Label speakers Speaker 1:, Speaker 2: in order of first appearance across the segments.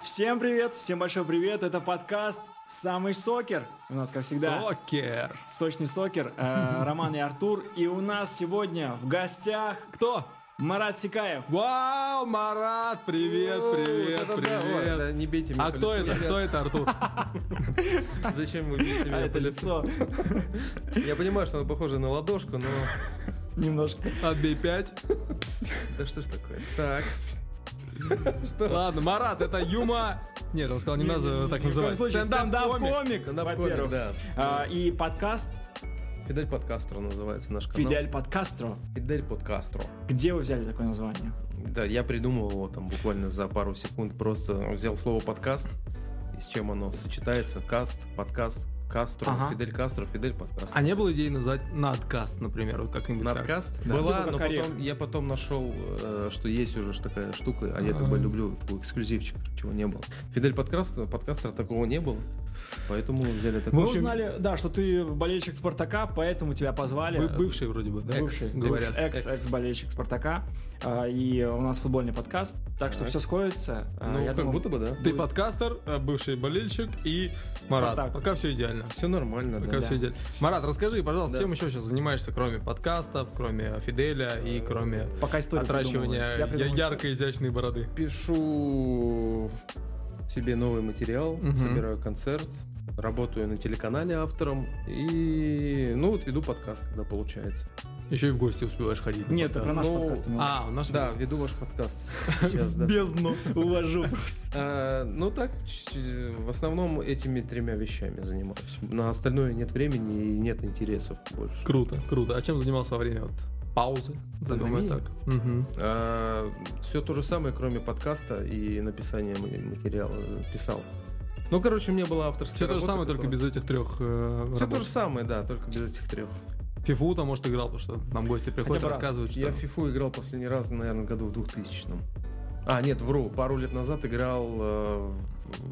Speaker 1: Всем привет, всем большой привет, это подкаст «Самый сокер». У нас, как всегда,
Speaker 2: Сокер.
Speaker 1: сочный сокер, э, Роман и Артур. И у нас сегодня в гостях
Speaker 2: Кто?
Speaker 1: Марат Сикаев.
Speaker 2: Вау, Марат, привет,
Speaker 3: О,
Speaker 2: привет,
Speaker 3: вот это да,
Speaker 2: привет.
Speaker 3: вот, да, не бейте меня
Speaker 2: а
Speaker 3: по
Speaker 2: кто
Speaker 3: лицу,
Speaker 2: это?
Speaker 3: ребят.
Speaker 2: Кто это, Артур?
Speaker 3: Зачем вы бьете
Speaker 1: А
Speaker 3: меня по
Speaker 1: это
Speaker 3: лицу?
Speaker 1: лицо
Speaker 3: Я понимаю, что оно похоже на ладошку, но...
Speaker 1: немножко.
Speaker 2: Отбей 5.
Speaker 3: Да что ж такое? Так. Что?
Speaker 2: Ладно, Марат, это Юма. Нет, он сказал, не надо э, так
Speaker 1: Ни в коем
Speaker 2: называть.
Speaker 1: случае стендап-комик,
Speaker 3: Стендап-комик,
Speaker 1: во-первых.
Speaker 3: да. Ну.
Speaker 1: А, И подкаст
Speaker 3: Фидель Подкастро называется наш канал.
Speaker 1: «Фидель Подкастро».
Speaker 3: Фидель Подкастро.
Speaker 1: Где вы взяли такое название?
Speaker 3: Да, я придумал его там буквально за пару секунд. Просто взял слово подкаст, и с чем оно сочетается. Каст, подкаст, Кастро,
Speaker 1: Ага.
Speaker 3: Фидель Кастро, Фидель Подкаст.
Speaker 2: А не было идеи назвать надкаст, например, вот как-нибудь так?
Speaker 3: Надкаст
Speaker 2: Да.
Speaker 3: была,
Speaker 1: Типа как
Speaker 3: но
Speaker 1: орех.
Speaker 3: потом, я потом нашел, э, что есть уже ж такая штука, а я как бы
Speaker 2: А.
Speaker 3: люблю такой эксклюзивчик, чего не было. Фидель подкаст, подкастера такого не было, поэтому взяли
Speaker 1: Мы
Speaker 3: такой.
Speaker 1: узнали, да, что ты болельщик Спартака, поэтому тебя позвали.
Speaker 2: Вы бывший вроде бы, да?
Speaker 1: Бывший,
Speaker 2: Говорят.
Speaker 1: экс, экс болельщик Спартака, А, и у нас футбольный подкаст, так что
Speaker 3: Так.
Speaker 1: все сходится. А,
Speaker 3: Ну,
Speaker 1: я
Speaker 3: как
Speaker 1: думал,
Speaker 3: будто бы, да.
Speaker 2: Ты подкастер, э, бывший болельщик и Марат.
Speaker 1: Спартак.
Speaker 2: Пока все идеально.
Speaker 3: Все нормально, да.
Speaker 2: Пока все идеально. Марат, расскажи, пожалуйста,
Speaker 3: Да.
Speaker 2: чем еще сейчас занимаешься, кроме подкастов, кроме Фиделя и кроме
Speaker 1: Пока историю
Speaker 2: отращивания
Speaker 1: придумываю. Я
Speaker 2: я-
Speaker 1: придумаю
Speaker 2: яркой изящной бороды.
Speaker 3: Пишу себе новый материал,
Speaker 2: Мгм.
Speaker 3: собираю концерт, работаю на телеканале автором и, ну, вот веду подкаст, когда получается.
Speaker 2: Еще и в гости успеваешь ходить. на
Speaker 1: историю. Нет, это про
Speaker 2: подкаст.
Speaker 1: наш
Speaker 3: Ну,
Speaker 1: подкаст. мы-
Speaker 2: А, у нас
Speaker 3: Да, веду ваш подкаст сейчас, да.
Speaker 1: Бездну увожу просто.
Speaker 3: А, ну так, ч- ч- в основном этими тремя вещами занимаюсь. На остальное нет времени и нет интересов больше.
Speaker 2: Круто, круто. А чем занимался во время вот паузы? Назовем
Speaker 3: Пандемии?
Speaker 2: это так. Мгм.
Speaker 3: все А, то же самое, кроме подкаста и написания м- материала за- писал. Ну, короче, у меня была авторская
Speaker 2: Все то же самое, только без этих трех
Speaker 3: Все то же самое, да, только без этих трех.
Speaker 2: Фифу там, может, играл, потому что нам гости приходят
Speaker 1: бы раз.
Speaker 2: рассказывают, что...
Speaker 3: Я в FIFA играл последний раз, наверное, году в 2000 А, нет, вру, пару лет назад играл э,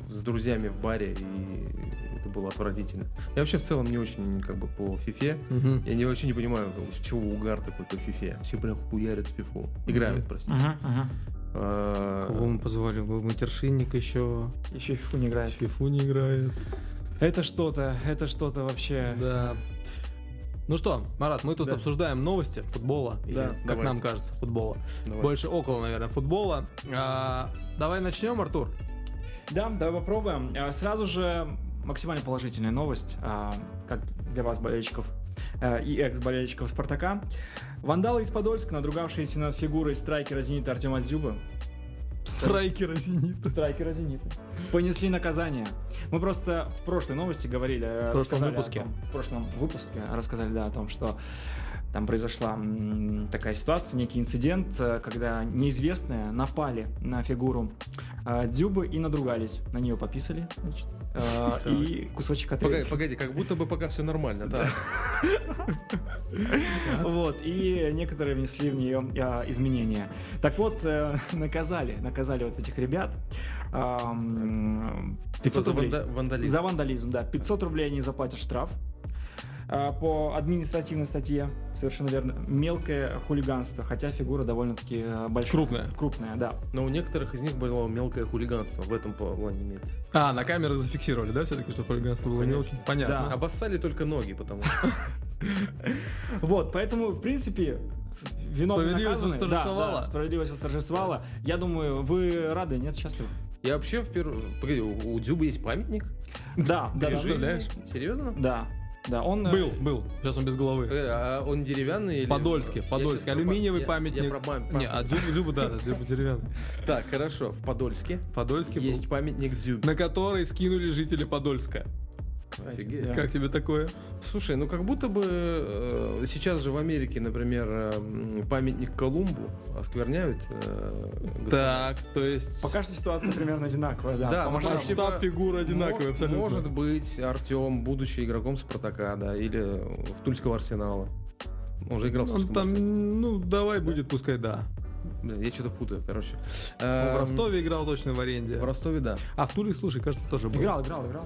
Speaker 3: в- с друзьями в баре, и это было отвратительно. Я вообще в целом не очень, как бы, по фифе.
Speaker 2: Мгм.
Speaker 3: Я не, вообще не понимаю, с чего угар такой по фифе. Все прям хуярят в фифу. Играют,
Speaker 2: Мгм.
Speaker 3: простите.
Speaker 1: Ага, ага.
Speaker 3: А,
Speaker 2: Кого мы позвали? Был Матершинник еще.
Speaker 1: Еще и в фифу не
Speaker 2: В
Speaker 1: играет.
Speaker 2: Фифу не играет.
Speaker 1: Это что-то, это что-то вообще.
Speaker 2: Да. Ну что, Марат, мы тут
Speaker 1: Да.
Speaker 2: обсуждаем новости футбола. Или,
Speaker 1: Да,
Speaker 2: как
Speaker 3: давайте.
Speaker 2: нам кажется, футбола.
Speaker 3: давай.
Speaker 2: Больше около, наверное, футбола. А, давай начнем, Артур.
Speaker 1: Да, давай попробуем. А, Сразу же максимально положительная новость, а, как для вас, болельщиков а, и экс-болельщиков «Спартака». Вандалы из Подольска, надругавшиеся над фигурой страйкера «Зенита» Артема Дзюбы,
Speaker 2: Страйкера Зенита.
Speaker 1: страйкера «Зенита», понесли наказание. Мы просто в прошлой новости говорили... э, В
Speaker 2: прошлом выпуске.
Speaker 1: в прошлом выпуске рассказали, да, о том, что там произошла м, такая ситуация, некий инцидент, э, когда неизвестные напали на фигуру э, Дзюбы и надругались. На нее пописали, значит, э,
Speaker 3: Так.
Speaker 1: и кусочек
Speaker 3: Погоди,
Speaker 1: отрезали.
Speaker 3: погоди, как будто бы пока все нормально, да?
Speaker 1: Вот, и некоторые внесли в нее э, изменения. Так вот, э, наказали, наказали вот этих ребят. эм, 500
Speaker 3: Кто-то
Speaker 1: рублей.
Speaker 3: ванда- вандализм.
Speaker 1: За вандализм, да. 500 рублей они заплатят штраф а, по административной статье, совершенно верно, мелкое хулиганство, хотя фигура довольно-таки а, большая.
Speaker 2: Крупная.
Speaker 1: Крупная, да.
Speaker 3: Но у некоторых из них было мелкое хулиганство, в этом плане имеет.
Speaker 2: А, на камерах зафиксировали, да, все-таки, что хулиганство было
Speaker 3: Конечно.
Speaker 2: мелким? Понятно.
Speaker 1: Да.
Speaker 3: Обоссали только ноги, потому что...
Speaker 1: Вот, поэтому, в принципе, виновные
Speaker 2: Справедливость
Speaker 1: наказаны. Да,
Speaker 2: восторжествовала.
Speaker 1: да, справедливость восторжествовала. Я думаю, вы рады, нет, счастливы?
Speaker 3: Я вообще впервые... Погоди, у у Дзюбы есть памятник?
Speaker 1: Да, да,
Speaker 3: При
Speaker 1: да.
Speaker 3: жизни? Серьезно?
Speaker 1: Да, да, он... э,
Speaker 2: Ну, Был, был. Сейчас он без головы.
Speaker 3: Э, а он деревянный или...
Speaker 2: Подольский,
Speaker 3: Я щас
Speaker 2: Подольский.
Speaker 3: про пам-
Speaker 2: Алюминиевый
Speaker 3: я-
Speaker 2: памятник.
Speaker 3: я про пам-
Speaker 2: Не, а Дзюба, Дзюба, да, да, Дзюба деревянный.
Speaker 3: пам- Так, хорошо, в Подольске
Speaker 2: Подольский
Speaker 3: есть
Speaker 2: был.
Speaker 3: памятник Дзюбе.
Speaker 2: На который скинули жители Подольска.
Speaker 3: Офигеть.
Speaker 1: Да.
Speaker 2: Как тебе такое?
Speaker 3: Слушай, ну как будто бы э, сейчас же в Америке, например, э, м, памятник Колумбу оскверняют. э, гос-
Speaker 2: Так, то есть...
Speaker 1: Пока что ситуация примерно одинаковая, да.
Speaker 3: Да,
Speaker 1: по
Speaker 3: ну,
Speaker 1: масштабам.
Speaker 3: почти
Speaker 2: масштаб
Speaker 3: типа,
Speaker 2: фигуры одинаковый
Speaker 3: Мо-
Speaker 2: абсолютно.
Speaker 3: Может быть, Артем, будучи игроком Спартака, да, или в Тульского Арсенала. Он же играл в
Speaker 2: Он
Speaker 3: Тульском Арсенале.
Speaker 2: там, ну, давай будет, пускай да.
Speaker 3: Блин, я что-то путаю, короче.
Speaker 2: Он
Speaker 3: Эм,
Speaker 2: в Ростове играл точно в аренде.
Speaker 3: В Ростове, да.
Speaker 2: А в Туле, слушай, кажется, тоже был.
Speaker 1: Играл, играл, играл.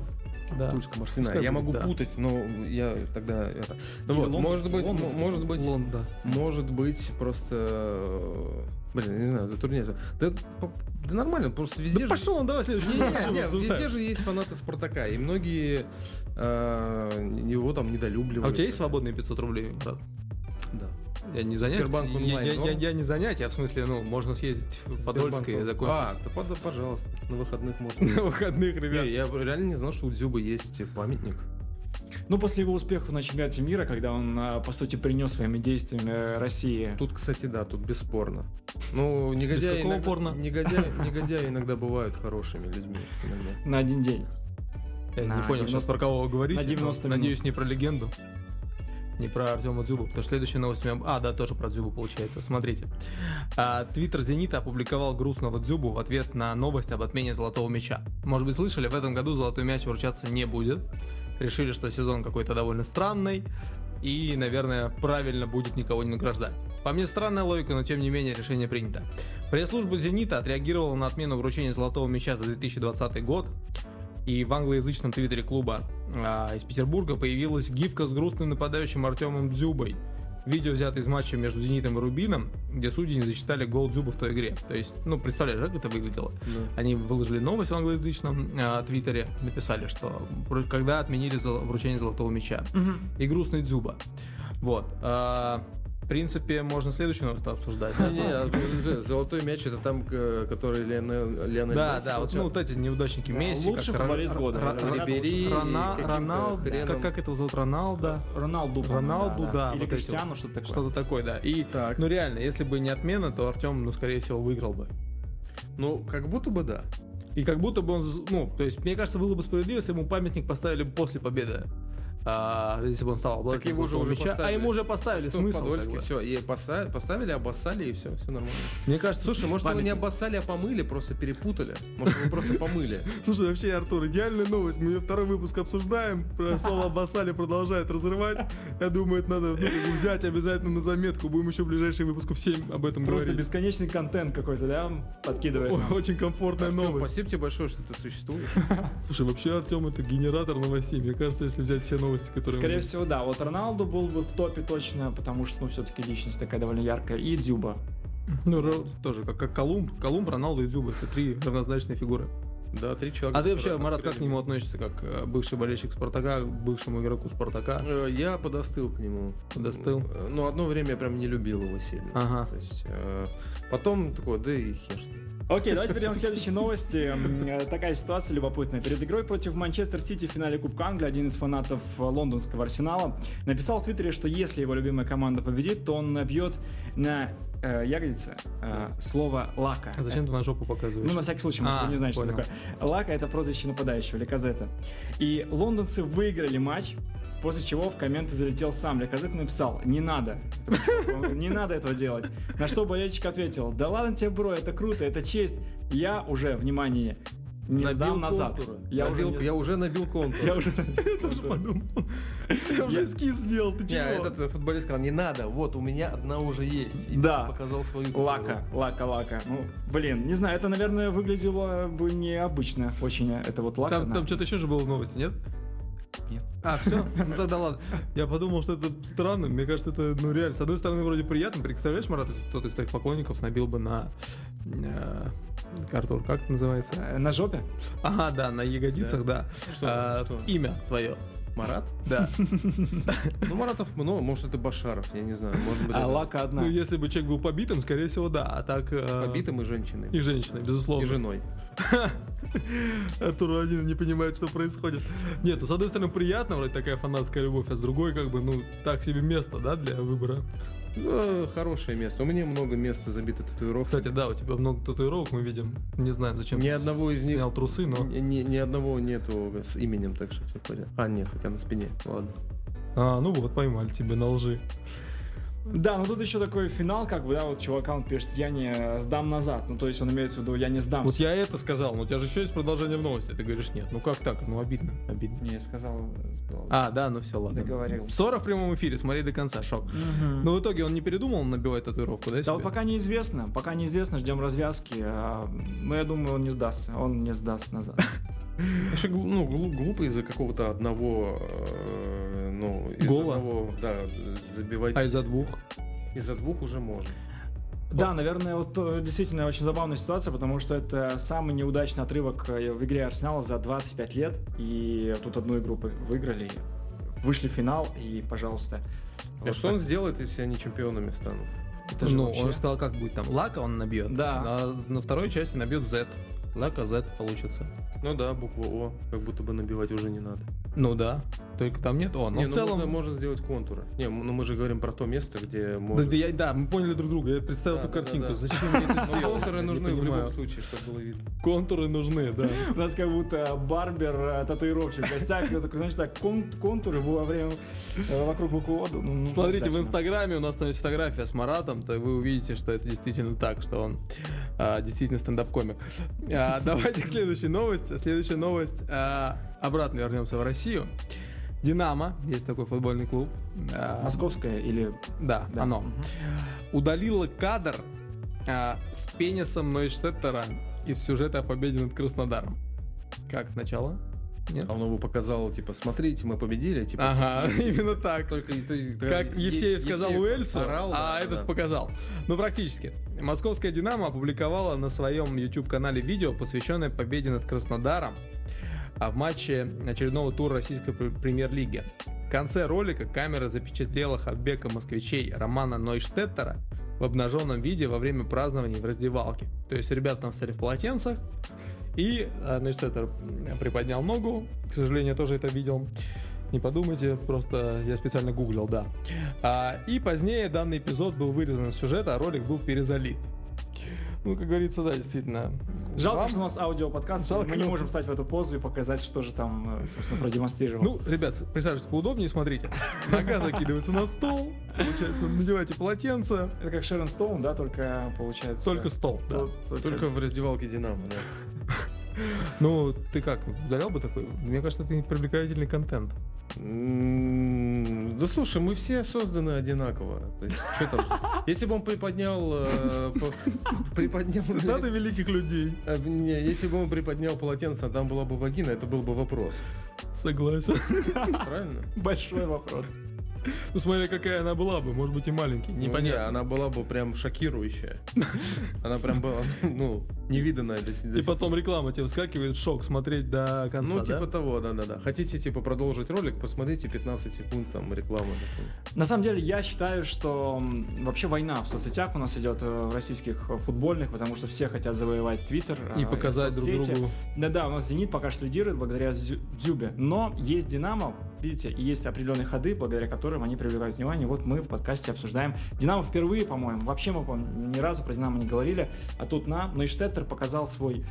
Speaker 2: Да.
Speaker 3: В Тульском Арсенале.
Speaker 2: Пускай
Speaker 3: я
Speaker 2: будет,
Speaker 3: могу
Speaker 2: да.
Speaker 3: путать, но я тогда это. Ну
Speaker 1: Или
Speaker 3: вот,
Speaker 1: лондонский,
Speaker 3: может быть, м-
Speaker 1: лондонский,
Speaker 3: может быть,
Speaker 2: Лондон.
Speaker 3: может быть, просто э, Блин, я не знаю, затрудняюсь. Да, по- да нормально, просто везде
Speaker 2: Да
Speaker 3: же...
Speaker 2: пошел он, давай следующий.
Speaker 3: Не,
Speaker 2: вопрос,
Speaker 3: не,
Speaker 2: чем
Speaker 3: не,
Speaker 2: обсуждаем.
Speaker 3: везде же есть фанаты Спартака, и многие э, его там недолюбливают.
Speaker 2: А у тебя есть свободные 500 рублей, брат?
Speaker 3: Да.
Speaker 2: Я не занят.
Speaker 3: Сбербанк
Speaker 2: Я-
Speaker 3: онлайн,
Speaker 2: я, я-
Speaker 3: норм?
Speaker 2: я не занят, я в смысле, ну, можно съездить в Подольск и
Speaker 3: Сбербанк.
Speaker 2: закончить.
Speaker 3: А, да под- пожалуйста, на выходных можно.
Speaker 2: На выходных, ребят.
Speaker 3: Не, я реально не знал, что у Дзюбы есть памятник.
Speaker 1: Ну, после его успехов на чемпионате мира, когда он, а, по сути, принес своими действиями э, России...
Speaker 3: Тут, кстати, да, тут бесспорно. Ну, негодяи,
Speaker 2: какого
Speaker 3: иногда,
Speaker 2: порно?
Speaker 3: негодяи, негодяи иногда бывают хорошими людьми. Иногда.
Speaker 1: на один день.
Speaker 2: Я
Speaker 1: На
Speaker 2: Э, не понял, сейчас
Speaker 1: 90
Speaker 2: про кого вы говорите.
Speaker 1: на 90
Speaker 2: но,
Speaker 1: минут.
Speaker 2: Надеюсь, не про легенду. Не про Артема Дзюбу, потому что следующая новость у меня... А, да, тоже про Дзюбу получается. Смотрите. А, Твиттер «Зенита» опубликовал грустного Дзюбу в ответ на новость об отмене «Золотого мяча». Может быть, слышали, в этом году «Золотой мяч» вручаться не будет. Решили, что сезон какой-то довольно странный. И, наверное, правильно будет никого не награждать. По мне странная логика, но тем не менее решение принято. Пресс-служба «Зенита» отреагировала на отмену вручения «Золотого мяча» за 2020 год и в англоязычном твиттере клуба а, из Петербурга появилась гифка с грустным нападающим Артемом Дзюбой. Видео взято из матча между Зенитом и Рубином, где судьи не зачитали гол Дзюбы в той игре. То есть, ну, представляешь, как это выглядело? Они выложили новость в англоязычном а, твиттере, написали, что про- когда отменили золо- вручение золотого мяча. И грустный Дзюба. Вот. а, в принципе, можно следующую новость обсуждать. да?
Speaker 3: Не, не, а, э, золотой мяч это там, к- который Леонел, Леонель
Speaker 2: Да,
Speaker 3: Месси
Speaker 2: да, вот, ну,
Speaker 3: получал.
Speaker 2: вот эти неудачники
Speaker 1: Да,
Speaker 2: Месси.
Speaker 1: лучший
Speaker 2: как Ра-
Speaker 1: футболист
Speaker 2: Ра-
Speaker 1: года.
Speaker 2: Ра- Ра-
Speaker 3: Рибери,
Speaker 2: Рона-
Speaker 3: каким-то
Speaker 2: Роналду,
Speaker 3: хреном.
Speaker 2: как, как этого зовут, Роналда?
Speaker 1: Роналду. по-моему,
Speaker 2: Роналду, да,
Speaker 1: Или
Speaker 2: вот эти
Speaker 1: Криштиану,
Speaker 2: вот.
Speaker 1: что-то такое.
Speaker 2: Что-то такое, да. И,
Speaker 3: Так.
Speaker 2: ну реально, если бы не отмена, то Артем, ну, скорее всего, выиграл бы.
Speaker 3: Ну, как будто бы да.
Speaker 2: И как будто бы он, з- ну, то есть, мне кажется, было бы справедливо, если бы ему памятник поставили бы после победы. А, если бы он стал обладателем
Speaker 3: его же
Speaker 2: «Золотого
Speaker 3: уже
Speaker 2: мяча». А
Speaker 3: поставили.
Speaker 2: ему уже поставили,
Speaker 3: Что,
Speaker 2: смысл.
Speaker 3: Подольский,
Speaker 2: как бы.
Speaker 3: все, и поса- поставили, обоссали, и все, все нормально.
Speaker 2: Мне кажется,
Speaker 3: Слушай, может, его не
Speaker 2: памятник.
Speaker 3: обоссали, а помыли, просто перепутали. Может, его просто помыли.
Speaker 2: Слушай, вообще, Артур, идеальная новость. Мы ее второй выпуск обсуждаем. Про слово «обоссали» продолжает разрывать. Я думаю, это надо ну, как бы взять обязательно на заметку. Будем еще в ближайшие выпусков 7 об этом
Speaker 1: Просто
Speaker 2: говорить.
Speaker 1: бесконечный контент какой-то, да, подкидывает.
Speaker 2: О,
Speaker 1: нам.
Speaker 2: Очень комфортная
Speaker 3: Артём,
Speaker 2: новость.
Speaker 3: спасибо тебе большое, что ты существуешь.
Speaker 2: Слушай, вообще, Артем, это генератор новостей. Мне кажется, если взять все новости, которые...
Speaker 1: Скорее
Speaker 2: мы-
Speaker 1: всего, да. Вот Роналду был бы в топе точно, потому что, ну, все-таки личность такая довольно яркая. И Дюба.
Speaker 2: Ну, Ро- тоже, как, как Колумб. Колумб, Роналду и Дзюба. Это три равнозначные фигуры.
Speaker 3: Да, три человека.
Speaker 2: А ты вообще,
Speaker 3: которые
Speaker 2: Марат, как к
Speaker 3: открыли
Speaker 2: нему относишься? Как э, бывший болельщик Спартака, к бывшему игроку Спартака?
Speaker 3: Э, Я подостыл к нему.
Speaker 2: Подостыл?
Speaker 3: Э, Но одно время я прям не любил его сильно.
Speaker 2: Ага.
Speaker 3: То есть, э, потом такой, да и хер. с ним.
Speaker 1: Окей, давайте перейдем к следующей новости. М, э, Такая ситуация любопытная. Перед игрой против Манчестер Сити в финале Кубка Англии один из фанатов э, лондонского Арсенала написал в Твиттере, что если его любимая команда победит, то он набьет на э, ягодице э, слово «лака».
Speaker 2: А зачем ты на жопу
Speaker 1: Ну,
Speaker 2: показываешь?
Speaker 1: на всякий случай, может,
Speaker 2: А,
Speaker 1: вы не знаете,
Speaker 2: понял.
Speaker 1: что такое. Лака — это прозвище нападающего, Леказета. И лондонцы выиграли матч, после чего в комменты залетел сам Леказет и написал «Не надо, не надо этого делать». На что болельщик ответил «Да ладно тебе, бро, это круто, это честь, я уже, внимание, не
Speaker 2: Набил
Speaker 1: сдам назад».
Speaker 2: контура.
Speaker 1: Я уже,
Speaker 3: Набил-
Speaker 1: не-
Speaker 3: я уже набил
Speaker 1: я
Speaker 3: контур.
Speaker 1: уже
Speaker 2: тоже подумал. Я
Speaker 1: уже
Speaker 2: эскиз сделал, ты
Speaker 3: Не, этот э, футболист сказал, не надо, вот у меня одна уже есть. И
Speaker 1: Да.
Speaker 3: Показал свою. такую.
Speaker 1: Лака, лака, лака. Ну, блин, не знаю, это, наверное, выглядело бы необычно очень, э, это вот лака.
Speaker 2: Там,
Speaker 1: на-
Speaker 2: там что-то еще же было в новости, нет?
Speaker 1: Нет.
Speaker 2: А, все? Ну тогда ладно. Я подумал, что это странно. Мне кажется, это, ну реально, с одной стороны, вроде приятно. Представляешь, Марат, если бы кто-то из твоих поклонников набил бы на... э, Артур, как это называется?
Speaker 1: Э, На жопе?
Speaker 2: Ага, да, на ягодицах, да.
Speaker 3: Что,
Speaker 2: А,
Speaker 3: что?
Speaker 2: Имя твое.
Speaker 3: Марат?
Speaker 2: Да.
Speaker 3: Ну, Маратов много, может, это Башаров, я не знаю. Может быть,
Speaker 1: А
Speaker 3: это
Speaker 1: лака одна.
Speaker 2: Ну, если бы человек был побитым, скорее всего, да. А так... э,
Speaker 3: побитым и женщиной.
Speaker 2: И женщиной, безусловно.
Speaker 3: И женой.
Speaker 2: Артур один не понимает, что происходит. Нет, ну, с одной стороны, приятно, вроде такая фанатская любовь, а с другой, как бы, ну, так себе место, да, для выбора.
Speaker 3: Да, Э, хорошее место. У меня много мест забито татуировками.
Speaker 2: Кстати, да, у тебя много татуировок мы видим. Не знаем, зачем
Speaker 3: Ни
Speaker 2: ты
Speaker 3: одного из них-
Speaker 2: снял трусы, но...
Speaker 3: Ни, ни- ни одного нету с именем, так что все понятно. А, нет, хотя на спине. Ладно.
Speaker 2: А, ну вот, поймали тебе на лжи.
Speaker 1: Да, но тут еще такой финал, как бы, да, вот чувака, он пишет, я не сдам назад. Ну, то есть он имеет в виду, я не сдам.
Speaker 2: Вот я это сказал, но у тебя же еще есть продолжение в новости. Ты говоришь, нет, ну как так? Ну обидно, обидно.
Speaker 1: Не, сказал, сказал.
Speaker 2: А, да, ну все, ладно.
Speaker 1: Договорил.
Speaker 2: Ссора в прямом эфире, смотри до конца, шок.
Speaker 1: Мгм.
Speaker 2: Но в итоге он не передумал набивать татуировку, да,
Speaker 1: да вот
Speaker 2: себе?
Speaker 1: пока неизвестно, пока неизвестно, ждем развязки. А, но я думаю, он не сдастся, он не сдаст назад.
Speaker 3: Вообще, глу- ну, глу- глупо из-за какого-то одного, э, ну, из
Speaker 2: Гола?
Speaker 3: одного, да, забивать.
Speaker 2: А из-за двух?
Speaker 3: Из-за двух уже можно.
Speaker 1: Да, наверное, вот э, действительно очень забавная ситуация, потому что это самый неудачный отрывок э, в игре Арсенала за 25 лет. И тут одну игру по- выиграли, вышли в финал, и, пожалуйста.
Speaker 3: А
Speaker 1: вот
Speaker 3: что он
Speaker 1: так.
Speaker 3: сделает, если они чемпионами станут?
Speaker 1: Это же
Speaker 2: Ну,
Speaker 1: вообще-
Speaker 2: он же сказал, как будет там. Лака он набьет.
Speaker 1: Да.
Speaker 2: А на второй части набьет Z. Лака Z получится.
Speaker 3: Ну да, букву О, как будто бы набивать уже не надо.
Speaker 2: Ну да. Только там нет он. Но
Speaker 3: не,
Speaker 2: в
Speaker 3: ну
Speaker 2: целом.
Speaker 3: можно, можно сделать контуры. Не, м- ну мы же говорим про то место, где
Speaker 2: Да,
Speaker 3: можно.
Speaker 2: да я- да, мы поняли друг друга. Я представил
Speaker 3: Да,
Speaker 2: эту
Speaker 3: да,
Speaker 2: картинку.
Speaker 3: да, да.
Speaker 2: Зачем мне это
Speaker 3: Но
Speaker 2: сделать? Я
Speaker 3: контуры
Speaker 2: не
Speaker 3: нужны в любом
Speaker 2: понимаю.
Speaker 3: случае, чтобы было видно.
Speaker 2: Контуры нужны, да.
Speaker 1: У нас как будто барбер, э, татуировщик в гостях, и он такой, значит, так, кон- контуры во время, э, вокруг буквы О, ну, ну,
Speaker 2: Смотрите, в
Speaker 1: обязательно.
Speaker 2: Инстаграме у нас там есть фотография с Маратом, то вы увидите, что это действительно так, что он а, действительно стендап-комик. А, давайте к следующей новости. Следующая новость. а, обратно вернемся в Россию. Динамо, есть такой футбольный клуб. а,
Speaker 1: Московская или...
Speaker 2: Да,
Speaker 1: да.
Speaker 2: оно.
Speaker 1: Мгм.
Speaker 2: Удалило кадр а, с пенисом Нойштеттера из сюжета о победе над Краснодаром. Как начало? Нет?
Speaker 3: А он его показал, типа, смотрите, мы победили, типа.
Speaker 2: Ага, именно так.
Speaker 3: Только и- то есть, да,
Speaker 2: Как
Speaker 3: Е-
Speaker 2: Евсеев сказал
Speaker 3: Евсеев
Speaker 2: Уэльсу,
Speaker 3: орал,
Speaker 2: а
Speaker 3: да,
Speaker 2: этот
Speaker 3: да.
Speaker 2: показал. Ну, практически. Московская «Динамо» опубликовала на своем YouTube-канале видео, посвященное победе над Краснодаром а в матче очередного тура российской пр- премьер-лиги. В конце ролика камера запечатлела хавбека москвичей Романа Нойштеттера в обнаженном виде во время празднований в раздевалке. То есть ребята там стали в полотенцах, и э, Нойштеттер м, приподнял ногу, к сожалению, я тоже это видел. Не подумайте, просто я специально гуглил, да. А, и позднее данный эпизод был вырезан из сюжета, а ролик был перезалит. Ну, как говорится, да, действительно.
Speaker 1: Жалко,
Speaker 2: Вам-
Speaker 1: что у нас аудиоподкаст,
Speaker 2: Жалко. ну.
Speaker 1: мы не можем встать в эту позу и показать, что же там, э, собственно, продемонстрировал.
Speaker 2: Ну, ребят, с- присаживайтесь поудобнее, смотрите. Нога закидывается на стол, получается, надевайте полотенце,
Speaker 1: это как Шерон Стоун, да, только получается...
Speaker 2: только стол. Да.
Speaker 1: то- только-
Speaker 3: Только в раздевалке Динамо, да.
Speaker 2: Ну, ты как, удалял бы такой? Мне кажется, это привлекательный контент.
Speaker 3: М, Да слушай, мы все созданы одинаково. То есть, что там? Если бы он приподнял... э, по- Приподнял...
Speaker 2: Надо великих людей.
Speaker 3: Э, не, если бы он приподнял полотенце, а там была бы вагина, это был бы вопрос.
Speaker 2: Согласен.
Speaker 3: Правильно?
Speaker 1: Большой вопрос.
Speaker 2: Ну, смотря какая она была бы, может быть, и маленький,
Speaker 3: Ну, не,
Speaker 2: непонятно.
Speaker 3: она была бы прям шокирующая. Она прям была, ну, невиданная до
Speaker 1: Типа
Speaker 3: сих до
Speaker 2: И
Speaker 3: сих пор.
Speaker 2: потом реклама тебе вскакивает, шок, смотреть до конца,
Speaker 3: Ну,
Speaker 2: да?
Speaker 3: типа того, да-да-да. Хотите, типа, продолжить ролик, посмотрите 15 секунд там рекламы.
Speaker 1: На самом деле, я считаю, что м, вообще война в соцсетях у нас идет э, в российских э, футбольных, потому что все хотят завоевать Твиттер. э,
Speaker 3: а,
Speaker 2: И показать друг
Speaker 1: соцсети.
Speaker 2: другу.
Speaker 1: Да, да, у нас Зенит пока что лидирует благодаря Зю- Дзюбе. Но есть Динамо, видите, и есть определенные ходы, благодаря которым они привлекают внимание. Вот мы в подкасте обсуждаем Динамо впервые, по-моему. Вообще мы по-моему, ни разу про Динамо не говорили. А тут на. Но и Штеттер показал свой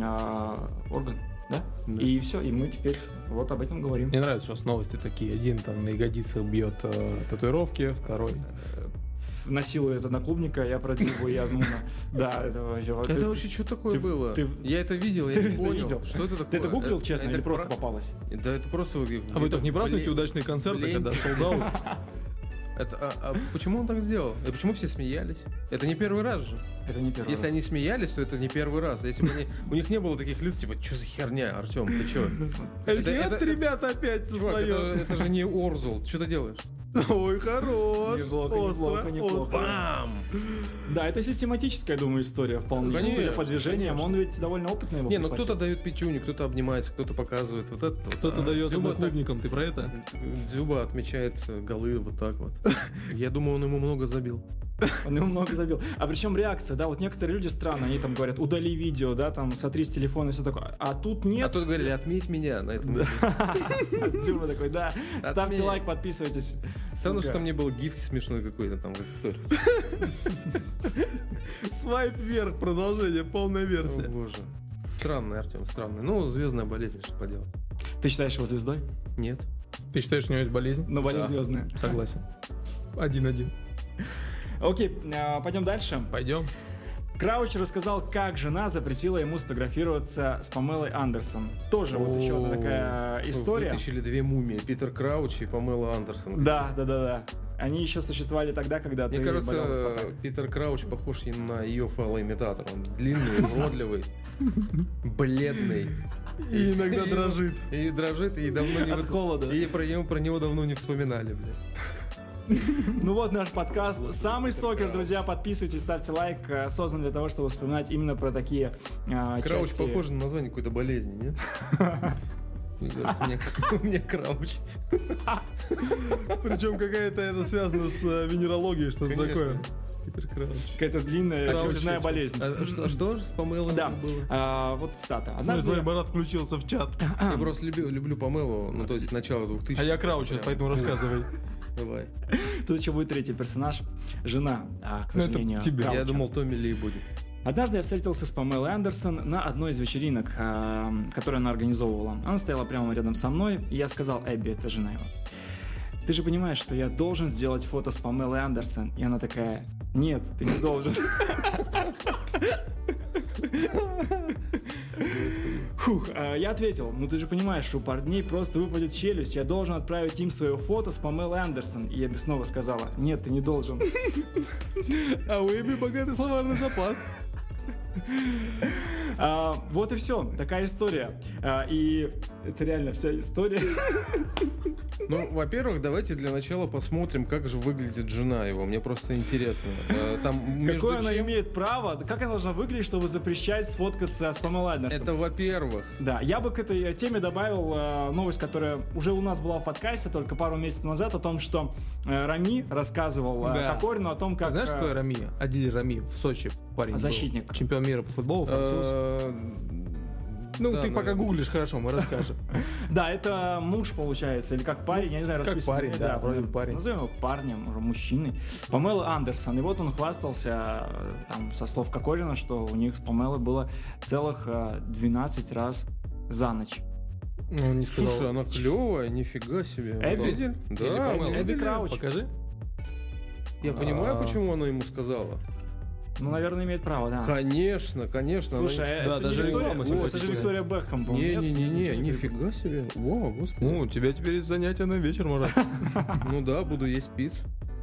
Speaker 1: а, орган, да?
Speaker 3: Да.
Speaker 1: И все, и мы теперь вот об этом говорим.
Speaker 2: Мне нравится, что у нас новости такие. Один там на ягодицах бьет э, татуировки, второй.
Speaker 1: Э, насилует одноклубника, я про Диву и Азмуна. Да, это вообще... вот
Speaker 3: Это
Speaker 1: ты-
Speaker 3: вообще что такое
Speaker 1: ты-
Speaker 3: было?
Speaker 1: ты-
Speaker 3: Я это видел, я
Speaker 1: ты
Speaker 3: не
Speaker 1: это видел?
Speaker 3: понял. Что это такое?
Speaker 1: Ты это гуглил,
Speaker 3: Э,
Speaker 1: честно,
Speaker 3: это
Speaker 1: или просто
Speaker 3: про-
Speaker 1: попалось?
Speaker 3: Да, это просто...
Speaker 2: А вы так не празднуете
Speaker 3: удачно?
Speaker 2: удачные концерты,
Speaker 3: блин.
Speaker 2: когда солдат?
Speaker 3: Это, а, а почему он так сделал? И почему все смеялись? Это не первый раз же.
Speaker 1: Это не первый
Speaker 3: Если
Speaker 1: раз.
Speaker 3: они смеялись, то это не первый раз. Если бы они- у них не было таких лиц, типа, что за херня, Артем, ты чё?
Speaker 2: А Эти
Speaker 3: это-
Speaker 2: вот ребята опять со
Speaker 3: Чувак, это,
Speaker 2: своё.
Speaker 3: это же не Орзул. Что ты делаешь?
Speaker 2: Ой, хорош.
Speaker 1: Неплохо, неплохо,
Speaker 2: Остро,
Speaker 1: неплохо.
Speaker 2: остро.
Speaker 3: Бам!
Speaker 1: Да, это систематическая, думаю, история вполне.
Speaker 3: Конечно,
Speaker 1: Судя по движениям, он ведь довольно опытный. его
Speaker 3: Не, ну
Speaker 1: покупатель.
Speaker 3: кто-то дает пятюню, кто-то обнимается, кто-то показывает вот это. вот.
Speaker 2: Кто-то
Speaker 3: А
Speaker 2: дает
Speaker 3: Дзюба так-
Speaker 2: одноклубникам, ты про это?
Speaker 3: Дзюба отмечает э, голы вот так вот. Я думаю, он ему много забил.
Speaker 1: Он ему много забил. А причем реакция, да, вот некоторые люди странно, они там говорят, удали видео, да, там, сотри с телефона и все такое. А тут
Speaker 3: А
Speaker 1: нет.
Speaker 3: тут говорили, отметь меня на этом. видео».
Speaker 1: Дзюба такой, да, ставьте
Speaker 3: Отмени.
Speaker 1: лайк, подписывайтесь.
Speaker 3: Странно,
Speaker 1: Сука.
Speaker 3: что там не был гиф смешной какой-то там в истории.
Speaker 2: Свайп вверх, продолжение, полная
Speaker 3: О,
Speaker 2: версия.
Speaker 3: боже. Странный, Артем, странный. Ну, звездная болезнь, что поделать.
Speaker 1: Ты считаешь его звездой?
Speaker 3: Нет.
Speaker 2: Ты считаешь, у него есть болезнь?
Speaker 1: Ну, болезнь
Speaker 3: Да.
Speaker 1: звездная.
Speaker 2: Согласен. Один-один.
Speaker 1: Окей, а, пойдем дальше.
Speaker 2: Пойдем.
Speaker 1: Крауч рассказал, как жена запретила ему сфотографироваться с Памелой Андерсон. Тоже вот еще одна такая история.
Speaker 3: Вытащили две мумии. Питер Крауч и Памела Андерсон.
Speaker 1: Да, да, да, да. Они еще существовали тогда, когда
Speaker 3: Мне
Speaker 1: ты болел за
Speaker 3: кажется,
Speaker 1: «Спартак».
Speaker 3: Питер Крауч похож и на ее фалоимитатор. Он длинный, уродливый, бледный.
Speaker 2: И иногда
Speaker 3: И-
Speaker 2: дрожит.
Speaker 3: И дрожит, и давно не...
Speaker 1: От
Speaker 3: вот-
Speaker 1: холода.
Speaker 3: И про него, про него давно не вспоминали, бля.
Speaker 1: Ну вот наш подкаст.
Speaker 3: Господи,
Speaker 1: Самый
Speaker 3: это
Speaker 1: сокер,
Speaker 3: крауч.
Speaker 1: друзья. Подписывайтесь, ставьте лайк. Э, Создан для того, чтобы вспоминать именно про такие а,
Speaker 3: Крауч
Speaker 1: части.
Speaker 3: похоже на название какой-то болезни, нет? Мне кажется, у меня- у меня крауч.
Speaker 2: Причем А какая-то это связано с э, венерологией, что-то
Speaker 3: Конечно.
Speaker 2: такое.
Speaker 3: Питер Крауч.
Speaker 1: Какая-то длинная
Speaker 3: Крауч.
Speaker 1: очередная болезнь.
Speaker 3: А Что что же с Памелой
Speaker 1: Да.
Speaker 3: было?
Speaker 1: А, вот стата.
Speaker 2: Ну, смотри, Марат включился в чат.
Speaker 3: Я просто люблю, люблю Памелу, ну то есть начало 2000
Speaker 2: А я крауч,
Speaker 3: Прям.
Speaker 2: поэтому рассказывай.
Speaker 3: Давай.
Speaker 1: Тут еще будет третий персонаж. Жена, а, к
Speaker 2: Ну, это
Speaker 1: сожалению.
Speaker 2: тебе. Я
Speaker 3: Я
Speaker 1: Крауча.
Speaker 3: думал, Томми Ли будет.
Speaker 1: Однажды я встретился с Памелой Андерсон на одной из вечеринок, эм, которую она организовывала. Она стояла прямо рядом со мной, и я сказал Эбби, это жена его. Ты же понимаешь, что я должен сделать фото с Памелой Андерсон. И она такая, нет, ты не должен. Фух, а, я ответил, ну ты же понимаешь, у парней просто выпадет челюсть, я должен отправить им свое фото с Памелой Андерсон. И Эбби снова сказала, нет, ты не должен.
Speaker 2: А у Эми богатый словарный запас.
Speaker 1: А, вот и все, такая история. А, и это реально вся история.
Speaker 3: Ну, во-первых, давайте для начала посмотрим, как же выглядит жена его. Мне просто интересно. Э, Там между
Speaker 1: Какое она
Speaker 3: чем-
Speaker 1: имеет право, как она должна выглядеть, чтобы запрещать сфоткаться с Памелой Андерсон?
Speaker 3: Это во-первых.
Speaker 1: Да, я бы к этой теме добавил э, новость, которая уже у нас была в подкасте только пару месяцев назад, о том, что э, Рами рассказывал э,
Speaker 2: Да.
Speaker 1: Кокорину о том, как...
Speaker 2: Знаешь,
Speaker 1: э,
Speaker 2: кто такой Рами? Адиль Рами в Сочи парень был.
Speaker 1: Защитник.
Speaker 2: Чемпион мира по футболу, француз.
Speaker 3: Э,
Speaker 2: Ну,
Speaker 3: да,
Speaker 2: ты пока
Speaker 3: наверное.
Speaker 2: гуглишь, хорошо, мы расскажем.
Speaker 1: Да, это муж, получается, или как парень, я не знаю,
Speaker 2: Как
Speaker 1: расписано.
Speaker 2: парень, да, вроде бы парень.
Speaker 1: Назовем его парнем, уже мужчиной. Памела Андерсон. И вот он хвастался э, там со слов Кокорина, что у них с Памелой было целых э, 12 раз за ночь.
Speaker 2: Ну, не сказал.
Speaker 3: Слушай, она клевая, нифига себе.
Speaker 1: Эбби?
Speaker 3: Видели?
Speaker 2: Или
Speaker 3: Да,
Speaker 2: Памела.
Speaker 3: мы
Speaker 1: Эбби
Speaker 3: видели.
Speaker 1: Крауч.
Speaker 2: Покажи.
Speaker 3: Я понимаю,
Speaker 2: А.
Speaker 3: почему она ему сказала.
Speaker 1: Ну, наверное, имеет право,
Speaker 2: А.
Speaker 1: да.
Speaker 3: Конечно, конечно. она
Speaker 1: Слушай,
Speaker 3: не-
Speaker 1: э,
Speaker 2: Да,
Speaker 1: это,
Speaker 2: даже
Speaker 1: не Виктория,
Speaker 2: реклама
Speaker 1: это же
Speaker 2: симпатичная.
Speaker 1: Виктория Бекхэм,
Speaker 2: а
Speaker 1: по-моему, нет?
Speaker 3: Не-не-не-не, нифига себе. Во, господи.
Speaker 2: Ну, у тебя теперь есть занятия на вечер, Марат.
Speaker 3: Ну да, буду есть пиц.